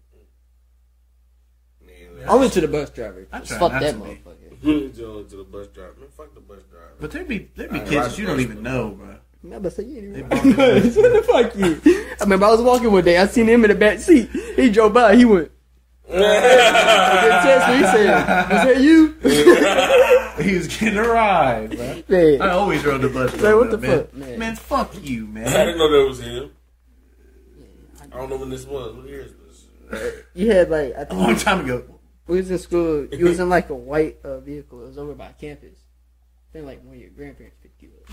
B: Man,
C: I went to the bus driver.
A: I
C: Just
A: try
C: fuck
A: not
C: that
A: to be.
C: motherfucker.
B: Really going to the bus driver. Man, fuck the bus driver.
A: But there'd be there'd be
B: Alright,
A: kids
B: Uh, right,
A: that you don't
B: right.
A: even know, bro.
C: I'm about to say you ain't even
A: They bought me
C: right. fuck you. I remember I was walking one day. I seen him in the back seat. He drove by. He went. He test me. He said, "Was that you?"
A: He was getting a ride, bro.
C: Man,
A: I always rode the bus.
C: Like, what
A: bro,
C: the
A: man.
C: fuck, man?
A: Man, fuck you,
B: I didn't
A: man.
B: know that was him. I don't know when this was. What year is this?
C: you had like I
A: A long
C: think
A: time ago.
C: we was in school. You was in like a white uh, vehicle. It was over by campus. Then like when your grandparents picked you up,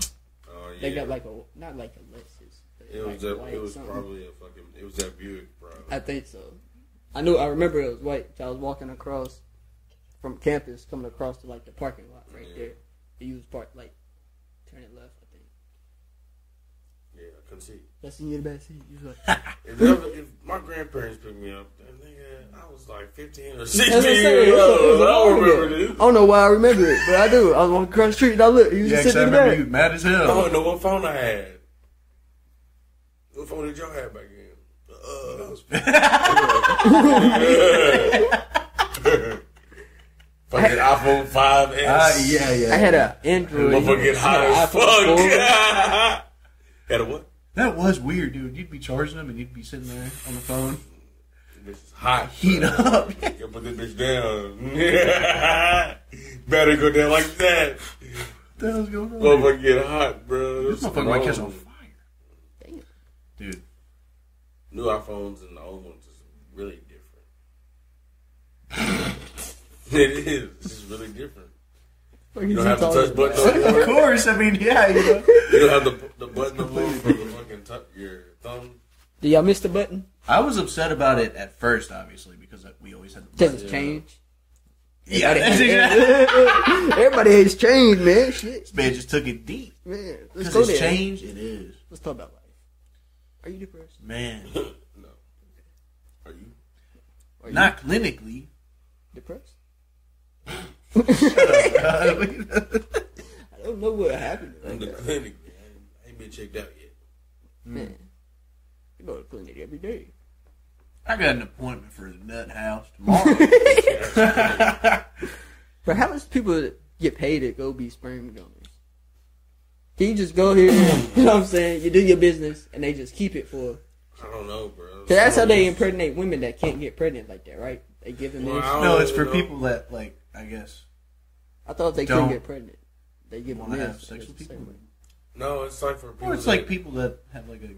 B: Oh yeah.
C: they got like a not like a Lexus. but
B: it
C: like
B: was that.
C: white
B: It was
C: something.
B: probably a fucking. It was that Buick, bro.
C: I think so. I knew. I remember it was white. 'cause I was walking across from campus, coming across to like the parking lot right
B: Yeah.
C: there. You was parked like turning left. I think.
B: Yeah, I can see.
C: That's in your back seat. You was like,
B: If, ever, if my grandparents picked me up, then nigga, I was like fifteen or
C: That's
B: sixteen
C: what I'm
B: years
C: saying. It was- it
B: old. I
C: was
B: don't
C: long
B: remember
C: ago.
B: this.
C: I don't know why I remember it, but I do. I was walking across the street and I looked. You was
A: Yeah, 'cause I
C: sitting in the
A: remember
C: back.
A: you mad as
B: I
A: hell.
B: don't know what phone I had. What phone did y'all have back then? Uh, fucking iPhone 5S.
A: Uh, yeah, yeah.
C: I had a Android.
B: Motherfucking hot
C: I
B: as
C: had an iPhone four.
B: fuck. Had a what?
A: That was weird, dude. You'd be charging them and you'd be sitting there on the phone,
B: This is hot.
A: heat up.
B: You put this bitch down. Better go down like that.
A: what the hell's going on?
B: Motherfucker get hot, bro.
A: this motherfucker might catch on fire,
C: Damn.
A: dude.
B: New iPhones and the old ones is really different. it is. It's just really different.
C: What are
B: You don't have to
C: talking
B: touch
C: about?
B: buttons.
A: of course, I mean, yeah, you know.
B: You don't have the, the button alone for the fucking tu- your thumb.
C: Do y'all miss the button?
A: I was upset about it at first, obviously, because like, we always had the button.
C: Cause it's
B: Yeah.
C: changed.
A: Yeah, that's exactly.
C: Everybody hates change, man. Shit,
A: This man just took it deep.
C: man. Let's
A: Because
C: go
A: it's
C: there.
A: change. It is.
C: Let's talk about life. Are you depressed?
A: Man.
B: No. Are you?
C: Are you
A: Not clinically.
C: depressed?
A: man,
C: I don't know what happened.
B: I'm
C: Like
B: the
C: that.
B: clinic, man. I ain't been checked out yet.
C: Man, you go to the clinic every day.
A: I got an appointment for the nut house tomorrow.
C: But how much people get paid to go be sperm donors? Can you just go here? you know what I'm saying? You do your business, and they just keep it for.
B: I don't know, bro.
C: Cause that's how they impregnate women that can't get pregnant like that, right? They give them
B: Well,
C: this.
B: I don't
A: no, it's
B: know,
A: for
B: no.
A: people that like I guess
C: I thought they
A: Don't
C: couldn't get pregnant. They give them
A: want to
C: this.
A: have sex
C: It's
A: with
C: the same
A: people,
C: way.
B: No, it's like for people.
A: or it's
B: that-
A: like people that have like a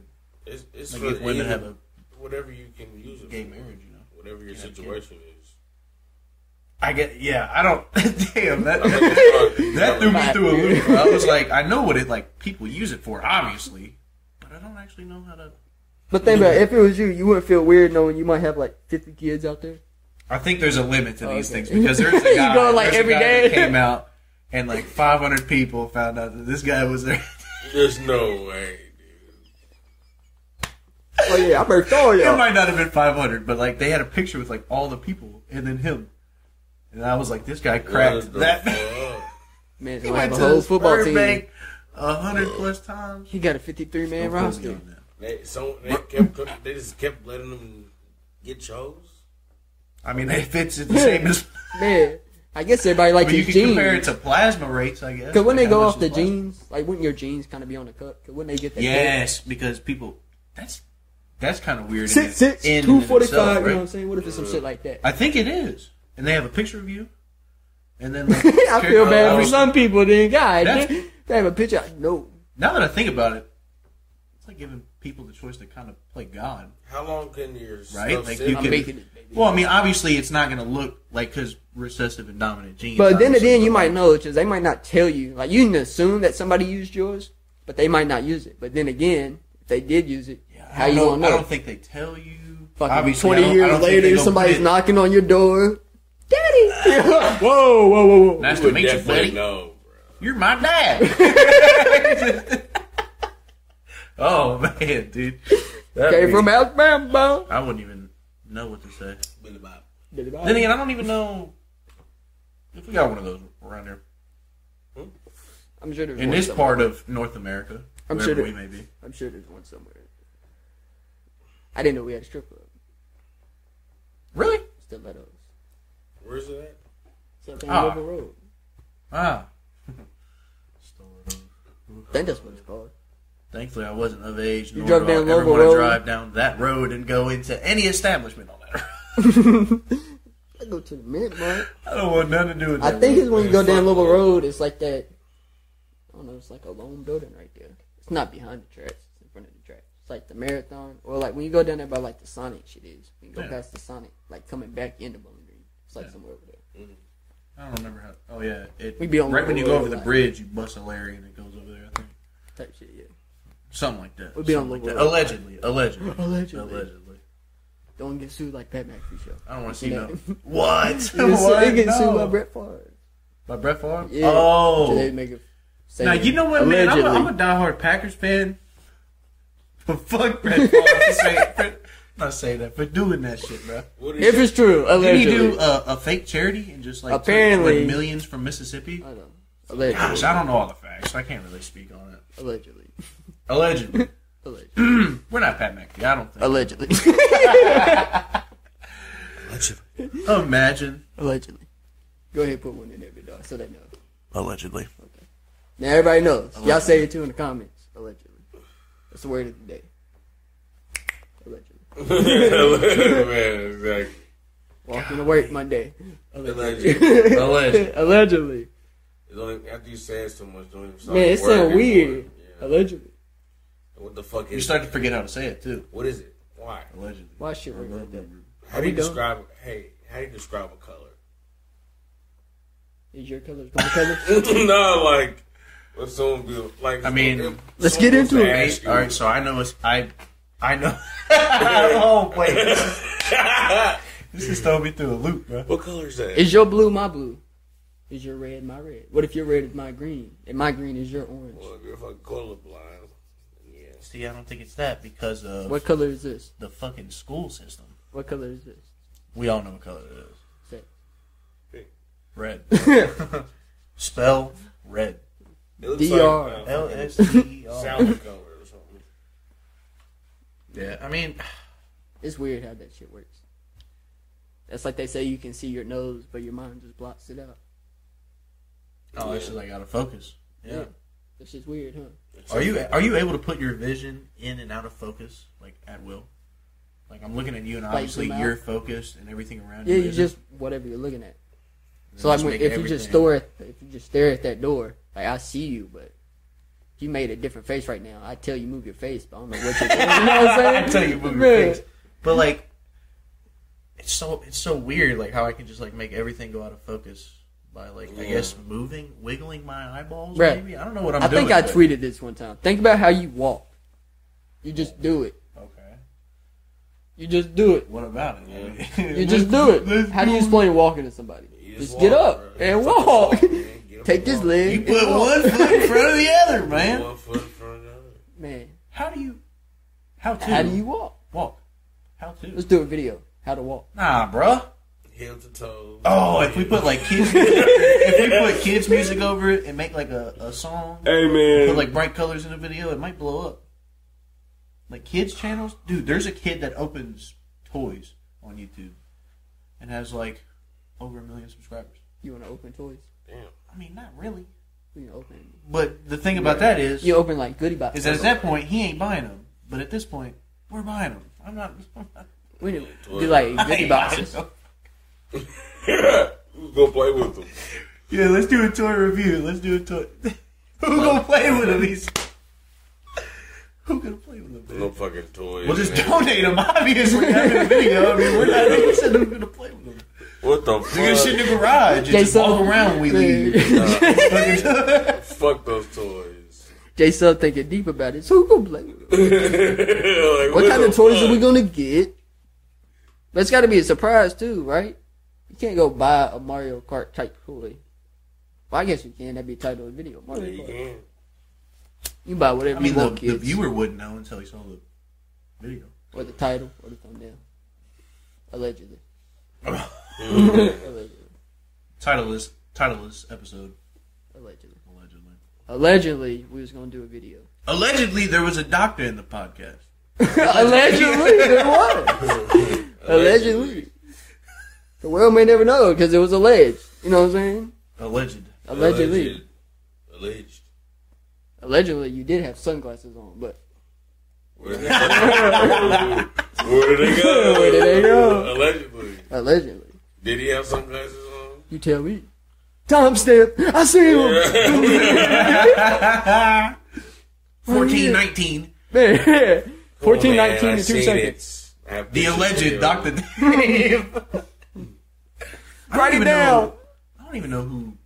B: It's, it's
A: like
B: for
A: if women
B: either-
A: have a
B: whatever you can use it
A: gay
B: for.
A: marriage. You know.
B: Whatever your
A: Yeah, yeah.
B: situation is.
A: I get yeah. I don't. damn that.
B: I'm like, sorry,
A: That threw me
C: Right.
A: through a loop. I was like, I know what it like. People use it for, obviously, but I don't actually know how to.
C: But think about it, if it was you, you wouldn't feel weird knowing you might have like 50 kids out there.
A: I think there's a limit to these
C: Okay.
A: things because there's a
C: You
A: guy,
C: go, like,
A: there's a
C: every
A: guy
C: day.
A: that came out and like 500 people found out that this guy was there.
B: There's no way, dude.
C: Oh yeah, I birthed all
A: it
C: y'all.
A: might not have been 500, but like they had a picture with like all the people and then him, and I was like, this guy
B: What
A: cracked
B: the
A: that.
B: fuck?
C: Man,
A: He
C: so I have
A: went
C: a
A: to
C: whole football team.
A: Burbank a hundred plus times.
C: He got a 53 man
A: Don't quote me
C: roster.
A: on that.
B: They, so they kept they just kept letting them get chose.
A: I mean, if it's the same as,
C: Man, I guess everybody likes
A: but you
C: his
A: can
C: genes.
A: compare it to plasma rates, I guess.
C: Cause when
A: Like,
C: they
A: how
C: go
A: much
C: off
A: is
C: the
A: plasma?
C: jeans, like wouldn't your jeans kind of be on the cup? Cause wouldn't they get that?
A: Yes, because people that's that's kind of weird.
C: six six
A: in- in
C: two forty five.
A: itself,
C: You know
A: right?
C: what I'm saying? What if it's some shit like that?
A: I think it is, and they have a picture of you, and then like,
C: I feel bad for
A: was-
C: some people. Then God,
A: That's-
C: they they have a picture. No,
A: Now that I think about it, it's like giving people the choice to kind of play God,
B: How long can your
A: right?
B: stuff
A: like
B: sit?
A: you
C: I'm
A: can.
C: making it, baby.
A: Well, I mean, obviously, it's not going to look like because recessive and dominant genes.
C: but then
A: obviously,
C: again, you
A: but,
C: might know because they might not tell you. Like you can assume that somebody used yours, but they might not use it. But then again, if they did use it,
A: Yeah, I
C: how
A: don't
C: you
A: know-
C: gonna know?
A: I don't think they tell you.
C: Fucking
A: Obviously, I
C: twenty
A: don't- I
C: years
A: don't think they
C: later,
A: gonna
C: somebody's
A: put it-
C: knocking on your door. Daddy! whoa, whoa, whoa, whoa!
A: Nice to
B: You would
A: meet you,
B: definitely
A: buddy.
B: know,
A: You're my dad. oh man, dude. That
C: Came
A: would-
C: from Alabama.
A: I wouldn't even know what to say.
B: bro. Billy Bob.
A: Then again, I don't even know if we got one of those around here
C: I'm sure there's
A: in
C: one
A: this
C: somewhere.
A: part of North America,
C: I'm
A: wherever
C: sure
A: we
C: that-
A: may be.
C: I'm sure there's one somewhere. I didn't know we had a strip club.
A: Really?
C: Stilettos.
B: Where's it at?
C: Something
A: Ah.
C: River Road.
A: Ah. Stole it.
C: I think that's what it's called.
A: Thankfully, I wasn't of age. Nor
C: drove
A: do I
C: down
A: ever
C: Logan
A: want
C: Road?
A: to drive down that road and go into any establishment on that road.
C: I go to the mint mark.
A: I don't want nothing to do with
C: I
A: that.
C: think
A: road.
C: it's when you go down Little Road. It's like that. I don't know. It's like a lone building right there. It's not behind the tracks. It's in front of the tracks. It's like the marathon, or like when you go down there by like the Sonic shit is. When you go
A: Yeah.
C: past the Sonic, like coming back into Bowling Green. It's like
A: Yeah.
C: somewhere over there.
A: I don't remember how. Oh yeah, it,
C: We be on
A: right when you go
C: Logan
A: over the
C: Road.
A: bridge, you bust a Larry and it goes over there. I think
C: Type shit. Yeah.
A: something like that.
C: We be on
A: Something like
C: Logan
A: that.
C: Road.
A: Allegedly, allegedly,
C: Allegedly.
A: allegedly.
C: Don't get sued like Pat McAfee show.
A: I don't want to see
C: You
A: no.
C: know?
A: What?
C: You get sued-
A: What?
C: They get sued by
A: No.
C: Brett Favre.
A: By Brett Favre?
C: Yeah. So they
A: Oh.
C: make it say-
A: Now, you know what, man? I'm a, I'm a
C: Allegedly.
A: diehard Packers fan. But fuck Brett Favre for saying, for, not saying that, for doing that shit, bro.
B: What is
C: If it's true,
A: Did he
C: allegedly.
A: do a, a fake charity and just like took,
C: Apparently.
A: like, millions from Mississippi?
C: I know. Allegedly.
A: Gosh, I don't know all the facts. I can't really speak on it.
C: Allegedly.
A: Allegedly.
C: Allegedly.
A: We're not Pat McAfee, I don't think.
C: Allegedly.
B: Allegedly.
A: Oh, Imagine.
C: Allegedly. Go ahead, put one in every dog so they know.
A: Allegedly.
C: Now everybody knows. Y'all
A: Allegedly.
C: say it too in the comments. Allegedly. That's the word of the day. Allegedly.
B: Man, exactly.
C: Walking to work Monday.
B: Allegedly.
A: Allegedly.
C: Allegedly.
B: Don't even- after you say it so much, don't even. start
C: Man, it
B: the word
C: sounds
B: anymore.
C: weird.
B: Yeah.
C: Allegedly.
B: What the fuck is?
A: You start to forget how to say it, too.
B: it? What is it? Why?
A: Allegedly.
C: Why should we like that?
B: How do you
C: we done?
B: describe? Hey, how do you describe a color?
C: Is your colors my colors?
B: no, like if someone be like,
A: I mean,
B: if
C: let's
B: someone
C: get
B: was
C: into
B: to
C: it.
B: ask you-
A: All right, so I know it's I, I know. oh wait, This just throw me through a loop, bro.
B: What color is that?
C: Is your blue my blue? Is your red my red? What if your red is my green and my green is your orange?
B: Well, if you're fucking colorblind, yeah.
A: See, I don't think it's that because of
C: What color is this?
A: the fucking school system.
C: What color is this?
A: We all know what color it is.
C: Say.
A: Red. Spell red.
B: It looks like,
C: DR.
B: uh,
A: L S T E R.
B: salad color or something.
A: Yeah, I mean,
C: It's weird how that shit works. That's like they say you can see your nose, but your mind just blocks it out.
A: oh, it's just like out of focus. Yeah.
C: That shit's weird, huh?
A: Are you are you able to put your vision in and out of focus like at will? Like I'm looking at you, and
C: Like
A: obviously
C: zoom
A: you're
C: out?
A: focused, and everything around
C: Yeah,
A: you.
C: you
A: isn't.
C: just whatever you're looking at.
A: And
C: So like
A: just
C: when,
A: make
C: if you just
A: everything-
C: stare at if you just stare at that door, like I see you, but you made a different face right now. I tell you move your face, but I don't know what you're doing. You know what I'm saying?
A: I tell you, move your
C: Man.
A: face. But like, it's so it's so weird, like how I can just like make everything go out of focus by like I
B: Yeah.
A: guess moving, wiggling my eyeballs.
C: Right.
A: Maybe I don't know what I'm
C: I
A: doing.
C: think I
A: but-
C: tweeted this one time. Think about how you walk. You just do it.
A: Okay.
C: You just do it.
A: What about it?
C: You just do it.
A: Let's
C: How do you explain walking to somebody?
B: You
C: Just
B: walk,
C: get up
B: bro.
C: and
B: Fucking
C: walk.
B: man. Get up
C: Take
B: and
C: this
B: walk.
C: leg.
A: You
C: and
A: put
C: walk.
A: one foot in front of the other, man.
B: One foot in front of the other.
C: Man,
A: How do you? How to?
C: how do you walk?
A: walk? How to?
C: Let's do a video. How to walk.
A: Nah, bruh.
B: Heel to toe.
A: Oh, if we put like kids, if we put kids music over it and make like a, a song,
B: Hey
A: put
B: man.
A: like bright colors in the video, it might blow up. Like kids channels, dude. There's a kid that opens toys on YouTube and has like over a million subscribers.
C: You want to open toys?
B: Damn.
A: I mean, not really,
C: You can open.
A: but the thing about that is,
C: You open like goodie
A: is
C: boxes.
A: that at that point he ain't buying them, but at this point we're buying them. I'm not. I'm not
C: We do do like
A: I
C: goodie
A: ain't
C: boxes.
A: buying 'em.
B: Who's gonna play with them?
A: Yeah, let's do a toy review. Let's do a toy. Who gonna play with them? He's... Who gonna play with them?
B: No fucking toys.
A: We'll just
B: man.
A: donate them. Obviously, not in the video. I mean, we're not. They said who's gonna play with them.
B: What the
A: They're gonna sit
B: fuck?
A: in the garage and just
C: Jason-
A: walk around. When we leave.
B: Nah,
A: Fucking-
B: fuck those toys.
C: J Sub thinking deep about it. So who gonna play? with it?
B: Like,
C: What kind
B: the
C: of toys
B: fuck?
C: are we gonna get? But it's got to be a surprise too, right? You can't go buy a Mario Kart type toy. Well, I guess you can. That'd be titled a video. Mario
B: Yeah, you
C: Kart.
B: can.
C: You buy whatever
A: I mean,
C: you
A: the,
C: want,
A: the
C: kids.
A: viewer wouldn't know until he saw the video.
C: or the title, or the thumbnail. Allegedly. Allegedly.
A: Title is title is episode
C: Allegedly.
A: allegedly.
C: Allegedly, we was gonna do a video.
A: Allegedly, there was a doctor in the podcast.
C: Allegedly, there was. Allegedly. The world may never know because it was alleged. You know what I'm saying?
A: Alleged.
C: Allegedly.
B: Alleged.
C: Allegedly, you did have sunglasses on, but
B: Where did they go? Where did they go?
C: Where did they go?
B: Allegedly.
C: allegedly,
B: Did he have sunglasses on?
C: you tell me. Timestamp. I see him.
A: Fourteen nineteen.
C: Man,
A: Oh,
C: 14,
B: Man,
C: 19,
B: I
C: and two
B: seen
C: seconds.
B: it. I have
A: The
B: pictures
A: alleged
B: here.
A: Doctor Dave. I don't
C: Write it
A: even
C: down.
A: know- I don't even know who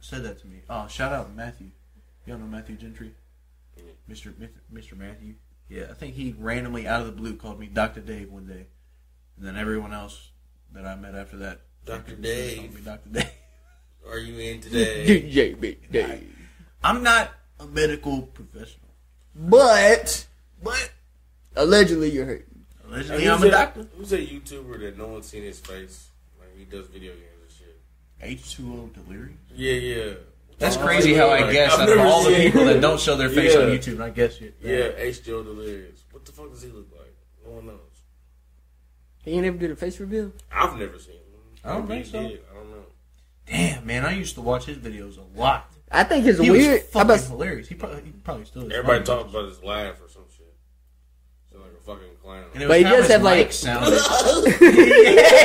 A: said that to me. Oh, shout out Matthew. Y'all know Matthew Gentry, Mr. Mr. Mr. Matthew. Yeah, I think he randomly out of the blue called me Doctor Dave one day, and then everyone else that I met after that,
B: Dr.
A: called
B: Dave.
A: me Doctor Dave.
B: Are you in today?
C: DJ Big Dave.
A: I'm not a medical professional,
C: But
A: but
C: allegedly, you're hurt.
A: allegedly I'm a doctor.
B: Who's a YouTuber that no one's seen his face? Like he does video games and shit.
A: H2O delirium.
B: Yeah, yeah.
A: That's crazy how I
B: Like,
A: guess
B: Oh, I've
A: out of
B: never
A: all the
B: seen-
A: people that don't show their face on
B: Yeah.
A: YouTube, and I guess it.
B: Yeah, H. Joe Delirious. What the fuck does he look like? No one knows.
C: He ain't ever did a face reveal.
B: I've never seen him.
A: I don't
B: Maybe
A: think so.
B: he did. I don't know.
A: Damn, man, I used to watch his videos a lot.
C: I think it's
A: He was
C: weird. I
A: fucking
C: about
A: hilarious. He probably, he probably still is.
B: Everybody
A: funny.
B: talks about his laugh or some shit. Sound like a fucking clown.
A: And it was
C: But he
A: how
C: does
A: his
C: have,
A: mic
C: like-
A: sounded.
B: That's how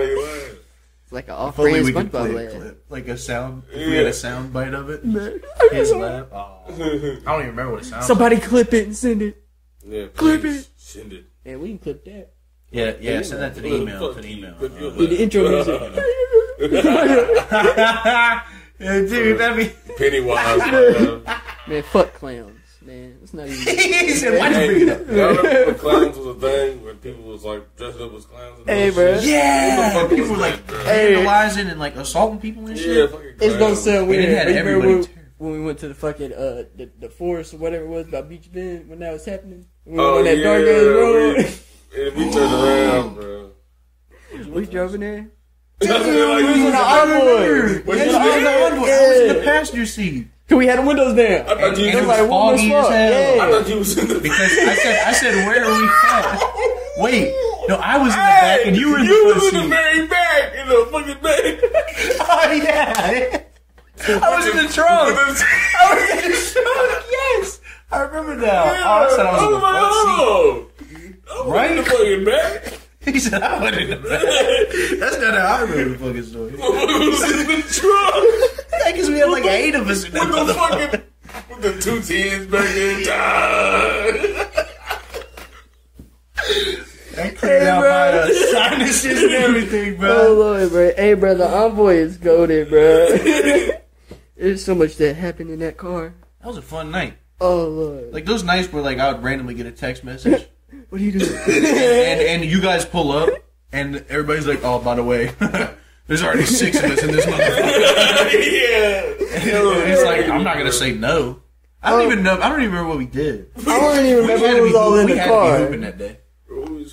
B: he laughs.
C: it's like an off
A: If only
C: brand
A: we could play
C: SpongeBob
A: a
C: lad.
A: clip, like a sound. If we had
B: Yeah.
A: a sound bite of it,
C: Man.
A: his laugh. Oh, I don't even remember what it sounded. like.
C: Somebody clip it and send it.
B: Yeah,
C: Clip
B: please.
C: it.
B: Send it.
C: And we can clip that.
A: Yeah, yeah. Send that to the
B: Well,
A: email.
B: fuck
A: To the
B: you.
A: email.
B: Clip your
A: Uh,
B: lip.
C: With the intro music.
A: yeah, dude, that'd be.
B: Pennywise. uh,
C: man, fuck clowns, man. It's not even.
A: he said, "Why'd you
B: Hey,
A: bring it
B: y'all
A: up?"
B: remember when clowns was a thing when people was like dressing up as clowns? And
C: Hey,
B: all that
C: bruh.
B: shit? Who the
A: Yeah,
B: fuck
A: people
B: was
A: were like
B: that, bruh?
A: vandalizing and like assaulting people and
B: Yeah,
A: shit.
B: fucking
C: It's gonna
B: clowns.
C: sound
A: Man,
C: weird.
A: it had
C: but you remember
A: everybody
C: when,
A: terrified.
C: when we went to the fucking uh the, the forest or whatever it was by Beach Bend when that was happening? When
B: Oh,
C: we went on that dark
B: yeah,
C: ass
B: And we turned around, bro.
C: road. we drove in there.
B: Oh,
A: We were the
C: I remember.
A: envoy.
B: Was
A: Yeah,
B: you
A: I was
B: there?
A: the envoy. I was in the
C: Yeah.
A: passenger seat.
C: Cause we had the windows down.
B: I thought you
A: And
B: just-
A: it was
C: like, what was
A: foggy as
C: fuck?
A: hell.
C: Yeah.
B: I thought you was in the
A: Because I said, I said, where are we from? Wait, no, I was in the back and you were in
B: you
A: the
B: was
A: front
B: in the
A: seat.
B: very back in the fucking back.
A: Oh yeah, I was in the trunk. I was in the trunk. Yes, I remember now. Oh, I said I was in the front
B: oh, I'm
A: Right?
B: in the fucking back.
A: seat. He said I was in the back. That's not how I remember the fucking story.
B: I was in the truck
A: Yeah, because we had like eight of us in that
B: with the
A: motherfucker.
B: fucking with the two tens back in time.
A: That cleared out
C: bro.
A: my uh, sinuses and everything,
C: Oh
A: bro.
C: lord, bro. Hey, bro, the envoy is goaded, bro. There's so much that happened in that car.
A: That was a fun night.
C: Oh lord,
A: Like those nights where like I would randomly get a text message,
C: what are you doing?
A: and and you guys pull up, and everybody's like, "Oh, by the way, there's already six of us in this motherfucker."
B: yeah.
A: And it's like I'm not gonna say no. I don't even know. I don't even remember what we did.
C: I don't even
A: We
C: remember
A: had to
C: who
A: be,
C: was all in
A: we
C: the
A: had to be
C: car.
A: hooping that day.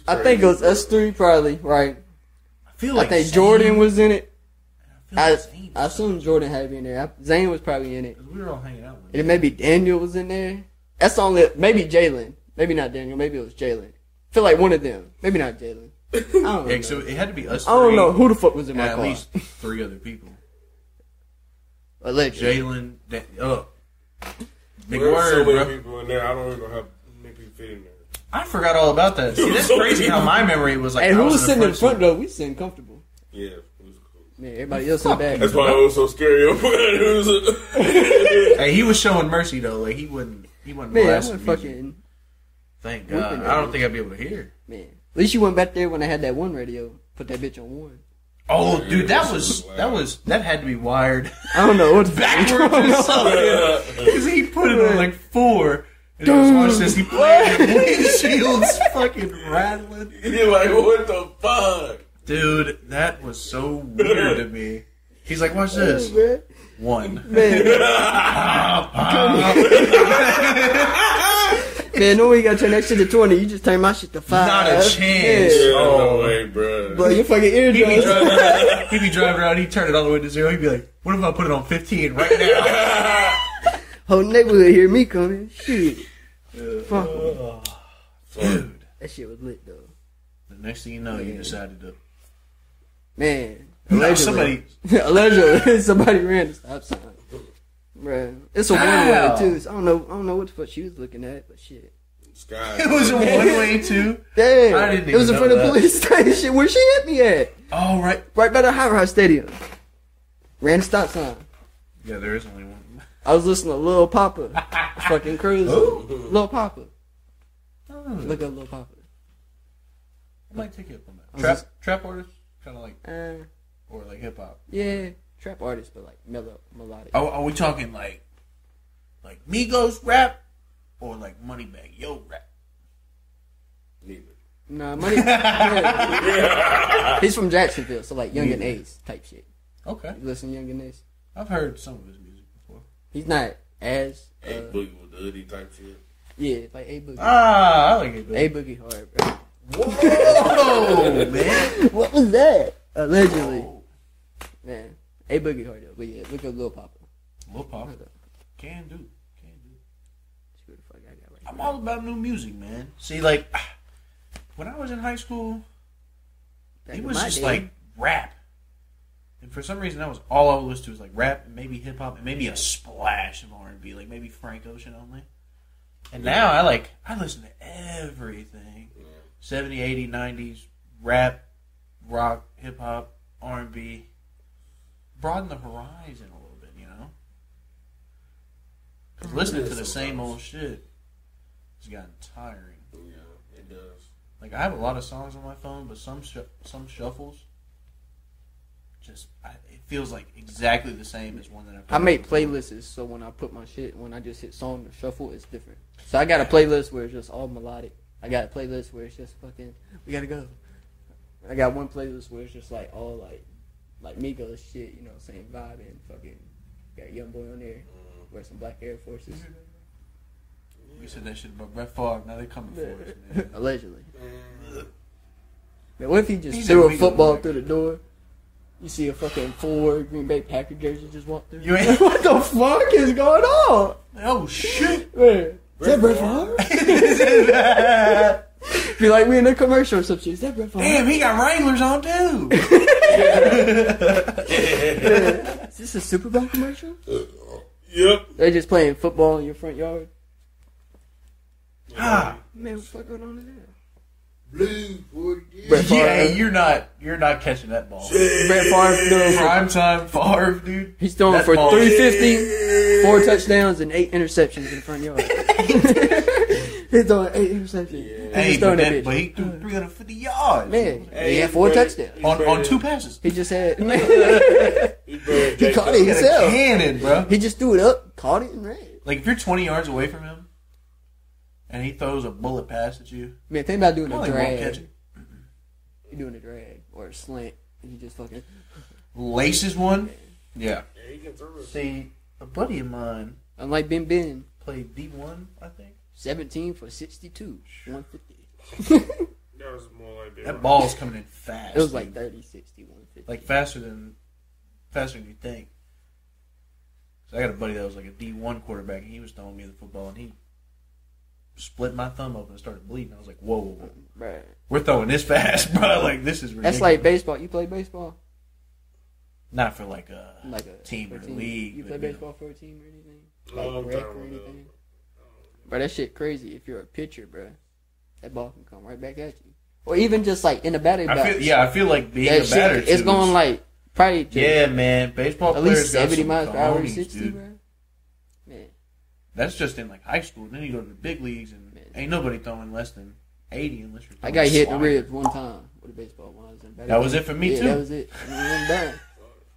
C: I think it was us three, probably. Right.
A: I feel
C: I
A: like
C: think
A: Zane-
C: Jordan was in it.
A: I, feel
C: I,
A: like Zane
C: I assume Jordan had to be in there. I, Zane was probably in it.
A: 'cause we were all hanging out. With
C: And maybe Daniel was in there. That's the only maybe Jalen. Maybe not Daniel. Maybe it was Jalen. Feel like one of them. Maybe not Jalen. I don't
A: yeah,
C: know.
A: so it had to be us.
C: I don't
A: three
C: know who the fuck was in
A: and
C: my
A: at
C: car.
A: least three other people.
C: Allegedly.
A: Jalen, that, oh, big
B: There were so
A: word,
B: many
A: bro.
B: people in there. I don't even know how many people fit in there.
A: I forgot all about that. See, that's crazy how my memory was like.
C: and
A: I
C: who
A: was
C: was
A: the
C: sitting in front
A: seat.
C: though? We sitting comfortable.
B: Yeah, it was cool.
C: Man, everybody else in the back.
B: That's why it was so scary. it was a-
A: Hey, he was showing mercy though. Like he wouldn't. He wouldn't.
C: Man, I
A: blast
C: went
A: the music.
C: fucking
A: Thank
C: whooping
A: God.
C: that
A: I don't
C: bitch.
A: think I'd be able to hear.
C: man. At least you went back there when I had that one radio. Put that bitch on one.
A: Oh,
B: Yeah,
A: dude, that
B: this
A: was
B: is loud.
A: that was that had to be wired
C: I don't know. What's
A: backwards or something. Because he put it on like four. And it was
C: Dude.
A: hard since he played the windshields fucking rattling.
B: You're like, what the fuck?
A: Dude, that was so weird to me. He's like, watch this.
C: man.
A: One.
C: Man, man, no way you gotta turn that shit to twenty. You just turn my shit to five.
A: Not a chance.
B: Yeah,
C: Yeah.
A: Oh.
B: no way, bro.
C: But your fucking
A: He'd be,
C: eardrums.
A: driving, he'd be driving around, he'd turn it all the way to zero. He'd be like, what if I put it on 15 right now?
C: Whole neighborhood hear me coming. Shit. Fuck. 'em.
A: Dude.
C: That shit was lit though.
A: The next thing you know, you decided to.
C: Man.
A: No, somebody.
C: allegedly somebody ran the stop sign. Bruh. It's a one way
A: How?
C: too. So I don't know I don't know what the fuck she was looking at, but shit.
B: Sky.
A: It was a one way, too.
C: Damn.
A: I didn't
C: it was in
A: even
C: front
A: know that.
C: of the police station where she hit me at.
A: All right.
C: Right by the High Rise Stadium. Ran the stop sign.
A: Yeah, there is only one.
C: I was listening to Lil Papa. fucking cruising. Lil Papa.
A: Oh,
C: Look up Lil Papa.
A: I might take you up on that.
C: was
A: Trap,
C: just-
A: trap artist? Kind of like,
C: Uh,
A: or like hip hop.
C: yeah. Trap artist, but like mellow melodic.
A: Are, are we talking like, like Migos rap? Or like Moneybag Yo rap?
B: Neither.
C: Nah, money. yeah. He's from Jacksonville, so like Young and Ace type shit.
A: Okay.
C: You listen to Young and Ace.
A: I've heard some of his music before.
C: He's not as uh,
B: Hey, boogie with the hoodie type shit.
C: yeah, like A Boogie.
A: Ah, I like it.
C: A Boogie hard, bro.
A: Whoa, man.
C: What was that? Allegedly,
A: Oh,
C: man. A Boogie hard though, but yeah, look at Lil Papa.
A: Lil Pop. Can do. Can do.
C: See what the fuck I got right
A: I'm all about new music, man. See, like, when I was in high school,
C: Back
A: it
C: in
A: was
C: my
A: just
C: day,
A: like rap. And for some reason, that was all I would listen to was like rap and maybe hip hop and maybe a splash of R and B, like maybe Frank Ocean only. And now I like I listen to everything:
B: Yeah.
A: 70, 80, 90s, rap, rock, hip hop, R and B. Broaden the horizon a little bit, you know. Because listening to the same old shit has gotten tiring.
B: Yeah, it does.
A: Like I have a lot of songs on my phone, but some sh- some shuffles just I, it feels like exactly the same as one that I.
C: I
A: put
C: make
A: on.
C: playlists, so when I put my shit, when I just hit song to shuffle, it's different. So I got a playlist where it's just all melodic. I got a playlist where it's just fucking, we gotta go. I got one playlist where it's just like all like, like Migos shit, you know, same vibe and fucking, got Young Boy on there,
B: Mm.
C: wear some black Air Forces,
A: We said that shit about Brett Favre. Now they're coming for us, man.
C: allegedly.
B: Man.
C: Man, what if he just
A: He's
C: threw
A: a
C: a
A: Migos
C: football
A: guy.
C: through the door? You see a fucking four Green Bay Packer jersey just walk through.
A: You ain't-
C: what the fuck is going on?
A: Oh shit!
C: Man, is that
B: Brett
C: Brett
B: Favre?
C: Favre? Be like we in a commercial or some shit. Is that Brett Favre?
A: Damn, he got Wranglers on too.
C: Is this a Super Bowl commercial?
B: Yep.
C: They just playing football in your front yard.
A: ah,
C: Man, what the fuck going on in there?
B: Blue 48.
C: Brett Favre.
A: yeah, you're not you're not catching that ball.
C: Brett Favre throwing for,
A: Prime time Favre, dude.
C: he's throwing
A: That
C: for
A: ball-
C: 350, four touchdowns, and eight interceptions in the front yard. he's throwing eight interceptions.
B: Yeah.
C: He's
A: Hey,
C: just
A: but,
C: throwing that
A: that,
C: bitch.
A: but he threw 350 yards
C: Man,
B: Hey,
C: he had
B: he's
C: four
B: better-
C: touchdowns.
B: he's
A: on,
B: better
A: on
B: than-
A: two passes.
C: He just had.
B: He's better than Jake
C: caught
B: Elliott.
A: He had a
C: himself.
A: cannon, bro.
C: he just threw it up, caught it, and ran.
A: Like if you're 20 yards away from him, and he throws a bullet pass at you,
C: Man, think about doing a
A: probably won't catch
C: drag.
A: it.
C: You're doing a drag or a slant, and you just fucking.
A: Laces one. Yeah.
B: Yeah, he can throw it.
A: See, a buddy of mine
C: Unlike Ben Ben,
A: played D1, I think.
C: 17 for 62, 150.
B: That was more like
A: That ball's coming in fast.
C: It was
A: dude.
C: like 30, 60, 150.
A: like faster than faster than you think. So I got a buddy that was like a D one quarterback, and he was throwing me the football, and he split my thumb open and started bleeding. I was like, "Whoa, whoa, whoa.
C: Bruh.
A: we're throwing this fast, bro! Like this is ridiculous."
C: That's like baseball. You play baseball?
A: not for like a
C: Like a
A: team
C: for
A: or
C: a
A: the
C: team.
A: league.
C: You
A: but,
C: play
A: you know.
C: baseball for a team or anything?
B: Long
C: Like rec
B: time ago.
C: or anything? Bro, that shit crazy. If you're a pitcher, bro, that ball can come right back at you. Or even just like in the batting box.
A: I feel, yeah, I feel like being
C: that
A: a batter.
C: shit, it's
A: too
C: going
A: is-
C: like probably to
A: yeah, man. Baseball
C: at
A: players
C: least
A: got
C: 70
A: some
C: miles per hour,
A: cojones,
C: 60,
A: dude.
C: bro. Man,
A: That's just in like high school. Then you go to the big leagues, and
C: Man.
A: ain't nobody throwing less than eighty unless you're.
C: I
A: throwing
C: got hit in the
A: slider.
C: ribs one time with a baseball when I was in batting
A: That was
C: box.
A: it for me,
C: yeah,
A: too.
C: That was it. I mean, I'm done.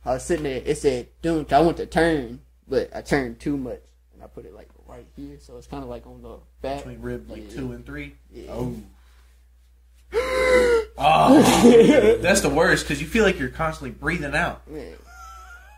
C: I was sitting there. It said "Don't." I went to turn, but I turned too much, and I put it like right here, so it's kind of like on the back.
A: between rib like
C: Yeah.
A: two and three.
C: Yeah.
A: Oh. Oh, that's the worst because you feel like you're constantly breathing out.
C: Man.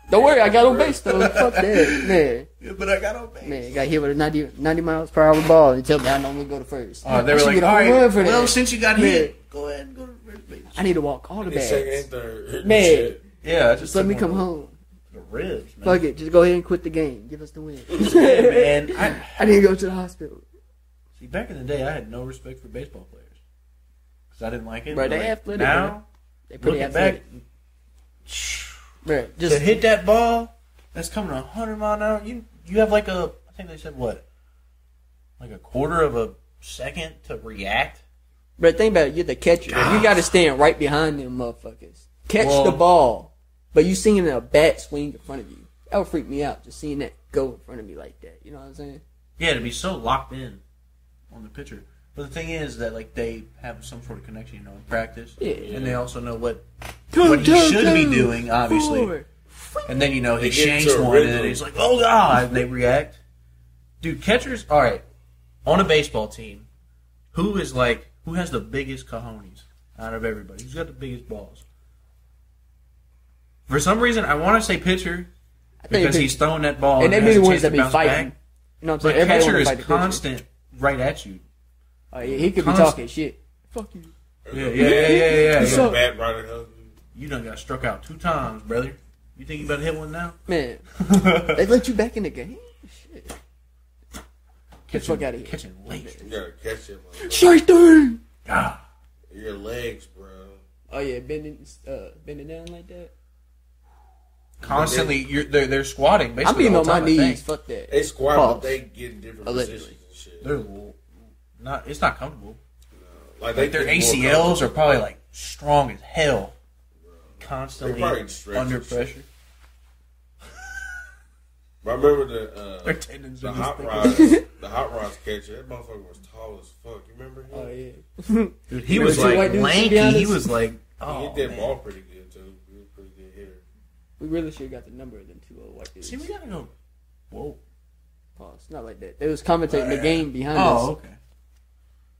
C: Don't worry, I got on base though. Fuck that, man.
A: Yeah, but I got on base.
C: Man, got hit with a 90, 90 miles per hour ball. They tell me I normally go to first.
A: Oh, they
C: I
A: were
C: should
A: like,
C: get a
A: all
C: home
A: right,
C: run for
A: well,
C: that.
A: since you got
C: Yeah.
A: hit, go ahead and go to first base.
C: I need to walk all the
B: He's second and
C: bags.
B: third.
C: Man.
B: Shit.
A: Yeah, I just
C: Just let
A: took
C: me
A: one
C: come
A: of
C: home.
A: The ribs, man.
C: Fuck it, just go ahead and quit the game. Give us the win.
A: Yeah, man, I,
C: I need to go to the hospital.
A: see, back in the day, I had no respect for baseball players because I didn't like it.
C: Bro,
A: but,
C: they
A: like,
C: athletic,
A: Now,
C: They put
A: looking
C: it
A: back,
C: back. Bro,
A: to
C: just
A: hit that ball that's coming 100 mile an hour, you you have like a I think they said what, like a quarter of a second to react.
C: bro, think about it. You're the catcher. You got to stand right behind them motherfuckers. Catch
A: Well-
C: the ball, but you seeing a bat swing in front of you. That would freak me out. Just seeing that go in front of me like that. You know what I'm saying?
A: Yeah, to be so locked in on the pitcher. But the thing is that like they have some sort of connection, you know, in practice,
C: Yeah.
A: and they also know what what he should be doing, obviously. And then you know he
B: They get
A: shanks
B: to a
A: one, and then
B: rhythm.
A: he's like, "Oh God!" And they react. Dude, catchers. All right, on a baseball team, who is like who has the biggest cojones out of everybody? Who's got the biggest balls? For some reason, I want to say pitcher
C: I think
A: because
C: it be-
A: he's throwing that ball,
C: and they
A: it
C: be
A: has
C: the
A: a
C: ones
A: chance
C: that
A: to
C: be
A: bounce
C: fighting.
A: back.
C: You know
A: But
C: what I'm saying? Everybody
A: catcher
C: wanna
A: is
C: fight the pitcher.
A: constant, right at you.
C: Oh, yeah, he could be
A: constant.
C: talking shit. Fuck you.
A: Yeah, yeah, yeah, yeah, yeah.
B: He's
A: yeah.
B: a bad rider. huh?
A: You done got struck out two times, brother. You think you better hit one now?
C: Man, they let you back in the game? Shit. the fuck outta here.
A: Catching late. Ah.
B: You gotta catch him.
C: Shaitan!
A: God.
B: Your legs, bro.
C: Oh, yeah, bending, uh, bending down like that.
A: constantly you're they're, they're squatting basically
C: I'm being
A: the
C: on
A: whole
C: my
A: time, I think.
C: knees. Fuck that.
B: They squat,
C: Pause.
B: but they get in different
C: Allegedly.
B: positions and shit.
A: they're l- not it's not comfortable
B: Like,
A: like their
B: think more
A: acls are
B: comfortable.
A: probably like strong as hell
B: They
A: constantly
B: probably stretch
A: under
B: and shit.
A: pressure
B: But I remember the uh,
A: their tendons
B: the
A: are just
B: hot
A: thick.
B: rods, the hot rods catcher. That motherfucker was tall as fuck. You remember him?
C: Oh, yeah.
A: Dude, he
C: Remember
A: was
C: two white
A: like
C: dudes, to be
A: lanky he
C: honest?
A: was like
B: He
A: oh
B: hit that
A: man.
B: ball pretty good too. He was a pretty good hitter.
C: We really should have got the number of them two old white dudes.
A: See, we gotta go. Whoa.
C: Pause. Not like that. They was commentating the game behind us.
A: Oh, okay.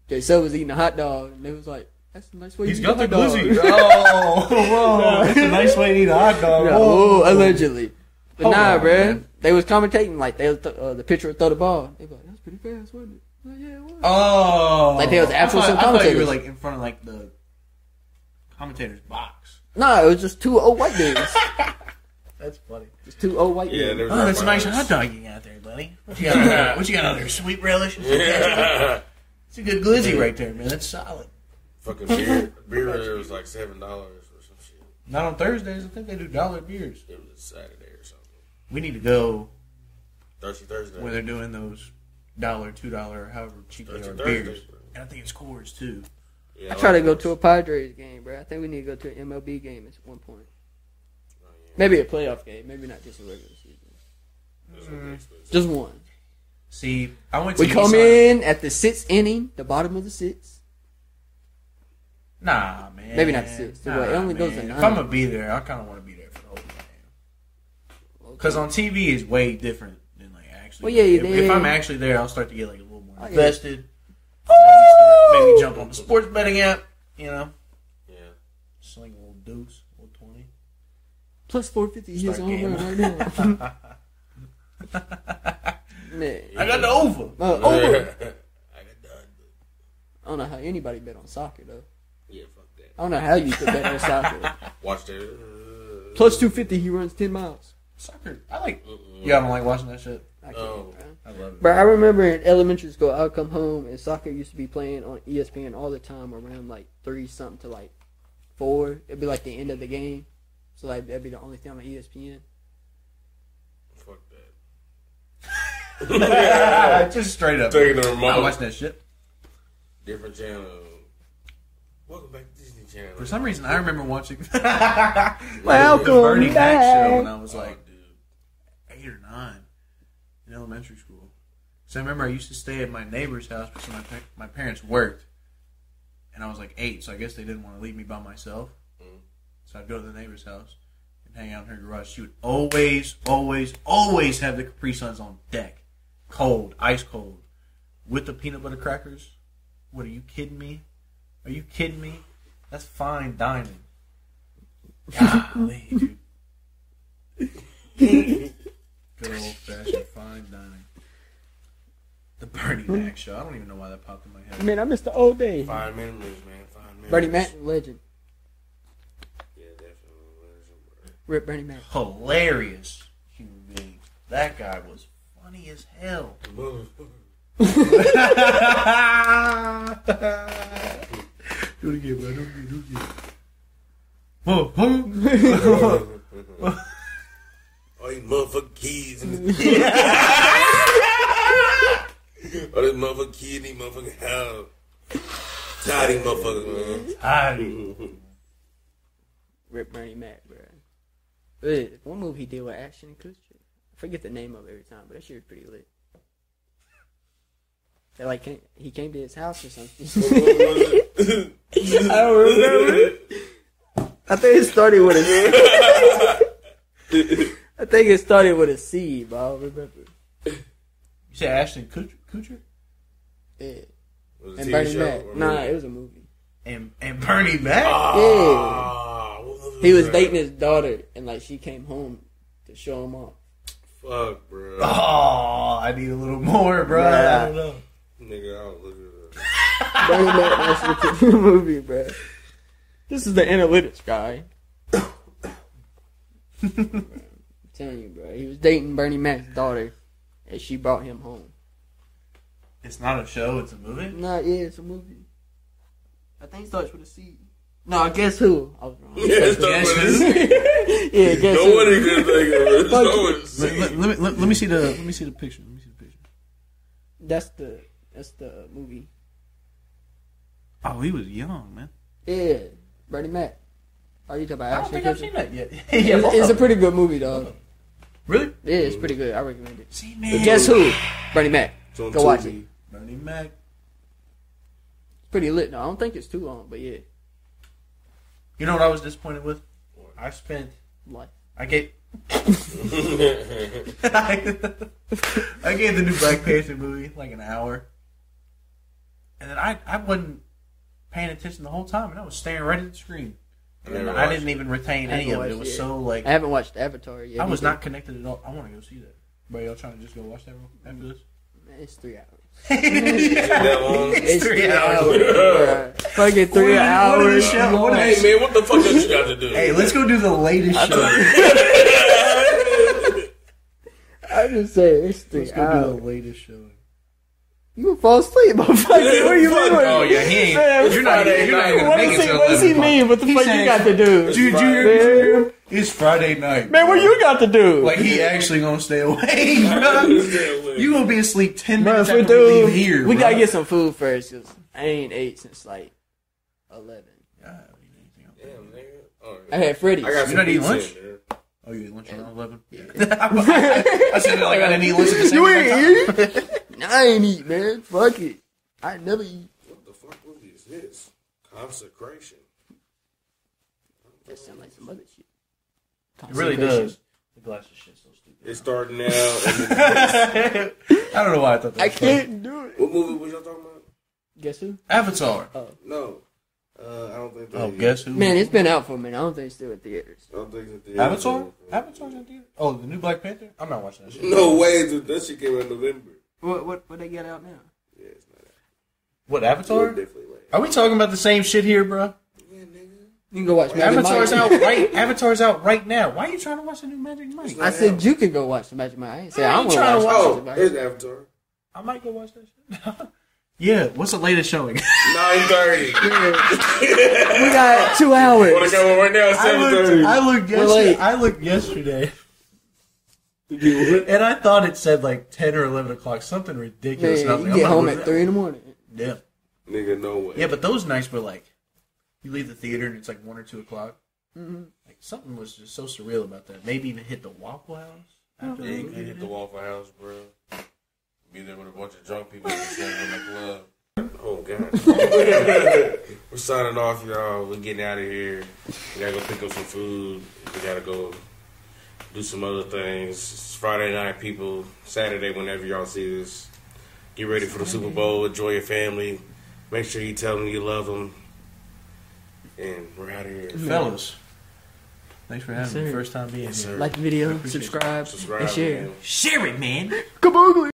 C: Jay Sub was eating a hot dog, and they was like, "That's a nice way."
B: He's
C: you
B: got the
C: eat a hot dog."
B: glizzy.
A: Oh, whoa. That's a nice way to eat a hot dog.
C: Yeah,
A: Whoa.
C: oh, allegedly. But
A: Hold
C: nah,
A: on,
C: bruh.
A: man.
C: They was commentating like they was th- uh, the pitcher would throw the ball. They was like, "That was pretty fast, wasn't it?" I was Like, yeah, it was.
A: Oh.
C: Like, they was actual
A: I thought, I thought you were
C: commentators.
A: like in front of like the commentator's box.
C: Nah, it was just two old white dudes.
A: That's funny.
C: just two old white
B: Yeah,
C: dudes.
B: there's
A: Oh, that's a nice
B: reference.
A: hot dog you got there, buddy. What you got, there? What you got on there? Sweet relish?
B: Yeah.
A: It's a good glizzy right there, man. That's solid.
B: Fucking beer, beer was like seven dollars or some shit.
A: Not on Thursdays. I think they do dollar beers.
B: It was a Saturday or something.
A: We need to go
B: Thirsty Thursday.
A: when they're doing those dollar, two dollar, however cheap they
B: Thirsty
A: are
B: Thursday,
A: beers.
B: bro.
A: And I think it's Coors too.
B: Yeah,
C: I try to
B: like
C: go
B: those.
C: to a Padres game, bruh. I think we need to go to an MLB game at one point.
B: Oh, yeah.
C: Maybe a playoff game. Maybe not just a regular season.
B: Those are
A: Hmm.
B: really expensive.
C: Just one.
A: See, I went to
C: We come
A: Eastside-
C: in at the sixth inning, the bottom of the sixth.
A: Nah, man.
C: Maybe not six,
A: Nah,
C: but it only goes to
A: man.
C: nine.
A: If I'm gonna be there, I kind of want to be there for the whole game. Because on TV is way different than like actually.
C: Well, yeah,
A: if,
C: yeah,
A: if I'm
C: yeah.
A: actually there, I'll start to get like a little more
C: I get it.
A: invested. Maybe, start, maybe jump on the sports betting app. You know,
B: Yeah.
A: sling a little deuce, a little twenty.
C: plus four fifty. He's
A: Start
C: on
A: game.
C: right now. Man,
A: I got the over.
C: uh,
B: I
C: over.
B: got done.
C: I don't know how anybody bet on soccer though.
B: Yeah, fuck that.
C: I don't know how you could bet on soccer.
B: Watch that.
C: Plus two fifty, he runs ten miles.
A: Soccer. I like.
B: Mm-mm.
A: Yeah, I don't like watching that shit.
C: I can't,
B: Oh.
C: bro.
A: I love it.
C: But I remember in elementary school, I would come home and soccer used to be playing on E ESPN all the time around like three something to like four. It'd be like the end of the game, so like that'd be the only thing on E ESPN.
B: Fuck that.
A: Just straight up.
B: Taking the
A: I
B: remote.
A: watch that shit.
B: Different channel. Welcome back to Disney Channel.
A: For some reason, I remember watching the
C: Welcome
A: Bernie Mac show when I was
B: Oh,
A: like
B: dude.
A: eight or nine in elementary school. So I remember I used to stay at my neighbor's house because my pa- my parents worked, and I was like eight, so I guess they didn't want to leave me by myself.
B: Mhm.
A: So I'd go to the neighbor's house and hang out in her garage. She would always, always, always have the Capri Suns on deck, cold, ice cold, with the peanut butter crackers. What are you kidding me? Are you kidding me? That's fine dining. Golly, dude. Good old fashioned fine dining. The Bernie Mac show. I don't even know why that popped in my head.
C: Man, I miss the old days.
B: Fine memories, man. Fine memories.
C: Bernie Mac, legend.
B: Yeah, definitely.
C: Rip Bernie Mac.
A: Hilarious human being. That guy was funny as hell. do it again, bro. Do it again. Do it again. Whoa, whoa.
B: Motherfucker. All these motherfucking kids in the All these motherfucking kids in these motherfucking house. Tired of these motherfuckers, man.
A: Howdy.
C: Rip Bernie Mac, bro. Ugh, One movie he did with Ashton Kutcher. I forget the name of it every time, but that shit was pretty lit. They like came, he came to his house or something. I don't remember. I think it started with a. I think it started with a C, but I don't remember.
A: You said Ashton Kutcher, Kutcher?
C: Yeah.
B: Was it a
C: And
B: TV
C: Bernie
B: show or
C: Mac. Nah,
B: movie?
C: it was a movie.
A: And, and Bernie Mac?
B: Ah, what movie
C: He was
B: that?
C: dating his daughter, and like she came home to show him off.
B: Fuck, bro.
A: Oh, I need a little more, bro. I don't know.
B: Nigga, I was looking at that.
C: Bernie Mac actually took the movie, bro. This is the analytics guy. I'm telling you, bro. He was dating Bernie Mac's daughter, and she brought him home.
A: It's not a show, it's a movie.
C: Nah, yeah, it's a movie. I think it starts with a C. No, guess who? I was wrong. yeah, guess
B: Nobody
C: who?
B: could think of it.
C: Fuck
B: No
C: you.
B: one
A: Let,
B: seen
A: let, let me, let, let me see the let me see the picture. Let me see the picture.
C: That's the that's the movie.
A: Oh, he was young, man.
C: Yeah, Bernie Mac. Are you talking about? Ashton Kutcher?
A: that yet. yeah,
C: It's, it's a pretty good movie, dog.
A: really.
C: Yeah, it's pretty good. I recommend it.
A: See, man.
C: Guess who? Bernie Mac.
B: It's on
C: Go watch
B: Tubi.
C: it.
A: Bernie Mac.
C: pretty lit. No, I don't think it's too long, but yeah,
A: You know what I was disappointed with? I spent
C: like
A: I get. I gave the new Black Panther movie like an hour, and then I I wasn't paying attention the whole time, and I was staring right at the screen. And then
B: Never
A: I
B: watched
A: didn't even retain
C: I
A: any of it.
C: watched
A: It was
C: it.
A: so like
C: I haven't watched Avatar yet.
A: I was
C: either.
A: not connected at all. I want to go see that. But y'all trying to just go watch that real- after this?
C: It's three hours.
B: that long?
A: It's three hours.
C: bruh. Fucking three
A: What are the- what are the
C: hours.
A: show-
C: long.
A: what are
B: Hey man, what the fuck else you got to do?
A: Hey, let's go do the latest show.
C: I just said
A: Let's
C: it's three
A: go do
C: hours.
A: the latest show.
C: You gonna fall asleep, motherfucker. What are you
B: Fuck
C: doing?
B: no, yeah,
A: Oh, he ain't-
C: Man,
A: you're not-
B: Friday
A: you're not
B: night.
A: even
C: What
A: Make
C: does
A: it
C: he,
A: till
C: what does he
A: 11
C: mean? What the
A: He
C: fuck
A: said-
C: you got to do?
A: Dude, you hear-
C: Man.
A: It's Friday night.
C: Man, what you got to do?
A: Like he actually gonna stay awake, bro. You gonna be asleep ten
C: Bruh,
A: minutes
C: if we
A: after we
C: do,
A: leave here.
C: we
A: bruh.
C: gotta get some food first. 'cause I ain't ate since like eleven.
A: I haven't eaten anything else.
B: Damn, nigga. Alright.
C: I had Freddy's.
B: I got
A: You
B: some
A: not eating
B: pizza
A: lunch?
B: in there.
A: Oh, you ate lunch around eleven? I, I said it like I didn't eat lunch at the same
C: you
A: time.
C: ain't eat? Nah, I ain't eat, man. Fuck it. I never eat.
B: What the fuck movie is this? Consecration.
C: That sound like some other shit.
A: It really does. The glass of shit's so stupid.
B: It's starting now. and-
A: I don't know why I thought that.
C: I
A: Was funny.
C: can't do it.
B: what movie was y'all talking about?
C: Guess who?
A: Avatar.
B: No. Uh, I don't think they
A: Oh, guess who?
C: Man, it's been out for a minute. I don't think it's still at theaters.
B: I don't think that they
A: Avatar? Avatar's in theater? Oh, the new Black Panther? I'm not watching that shit.
B: No way, dude. That shit came out in November.
C: What what what they got out now?
B: Yeah, it's not out.
A: What,
B: You're
A: Avatar?
B: definitely right.
A: Are we talking about the same shit here, bro?
B: Yeah, nigga.
C: You can go watch Magic
A: Avatar's
C: Mike.
A: out right. Avatar's out right now. Why are you trying to watch the new Magic Mike?
C: I said you could go watch the Magic Mike. I ain't say
A: I
C: I'm
A: ain't
C: gonna
A: tryna
C: watch,
A: watch
B: Oh,
C: Magic Mike.
B: it's Avatar.
A: I might go watch that shit. yeah. What's the latest showing?
B: 9.30.
C: we got two
B: Want to
C: hours.
B: go right now
A: I looked.
B: 7.30.
A: I looked
C: We're
A: yesterday.
C: late.
A: I looked yesterday,
B: You what?
A: and I thought it said like ten or eleven o'clock, something ridiculous. and
C: Man,
A: I was
C: you
A: like,
C: get
A: I'm not
C: home
A: looking
C: at three in the morning.
A: that. Yeah.
B: Nigga, no way.
A: Yeah, but those nights were like, you leave the theater and it's like one or two o'clock.
C: Mm-hmm.
A: Like something was just so surreal about that. Maybe even hit the Waffle House. After
B: Yeah,
A: the
B: you
A: movie.
B: can hit the Waffle House, bro. Be there with a bunch of drunk people just sitting in the club. Oh god. We're signing off, y'all. We're getting out of here. We gotta go pick up some food. We gotta go do some other things. It's Friday night, people. Saturday, whenever y'all see this, get ready for the Super Bowl. Enjoy your family. Make sure you tell them you love them. And we're out of here.
A: Fellas, thanks for having me.
C: sir.
A: First time being
B: Yes,
A: here.
B: sir.
C: Like the video,
A: Appreciate it.
C: subscribe,
B: Subscribe.
C: and share.
B: man.
A: Share it, man.
C: Kaboogly!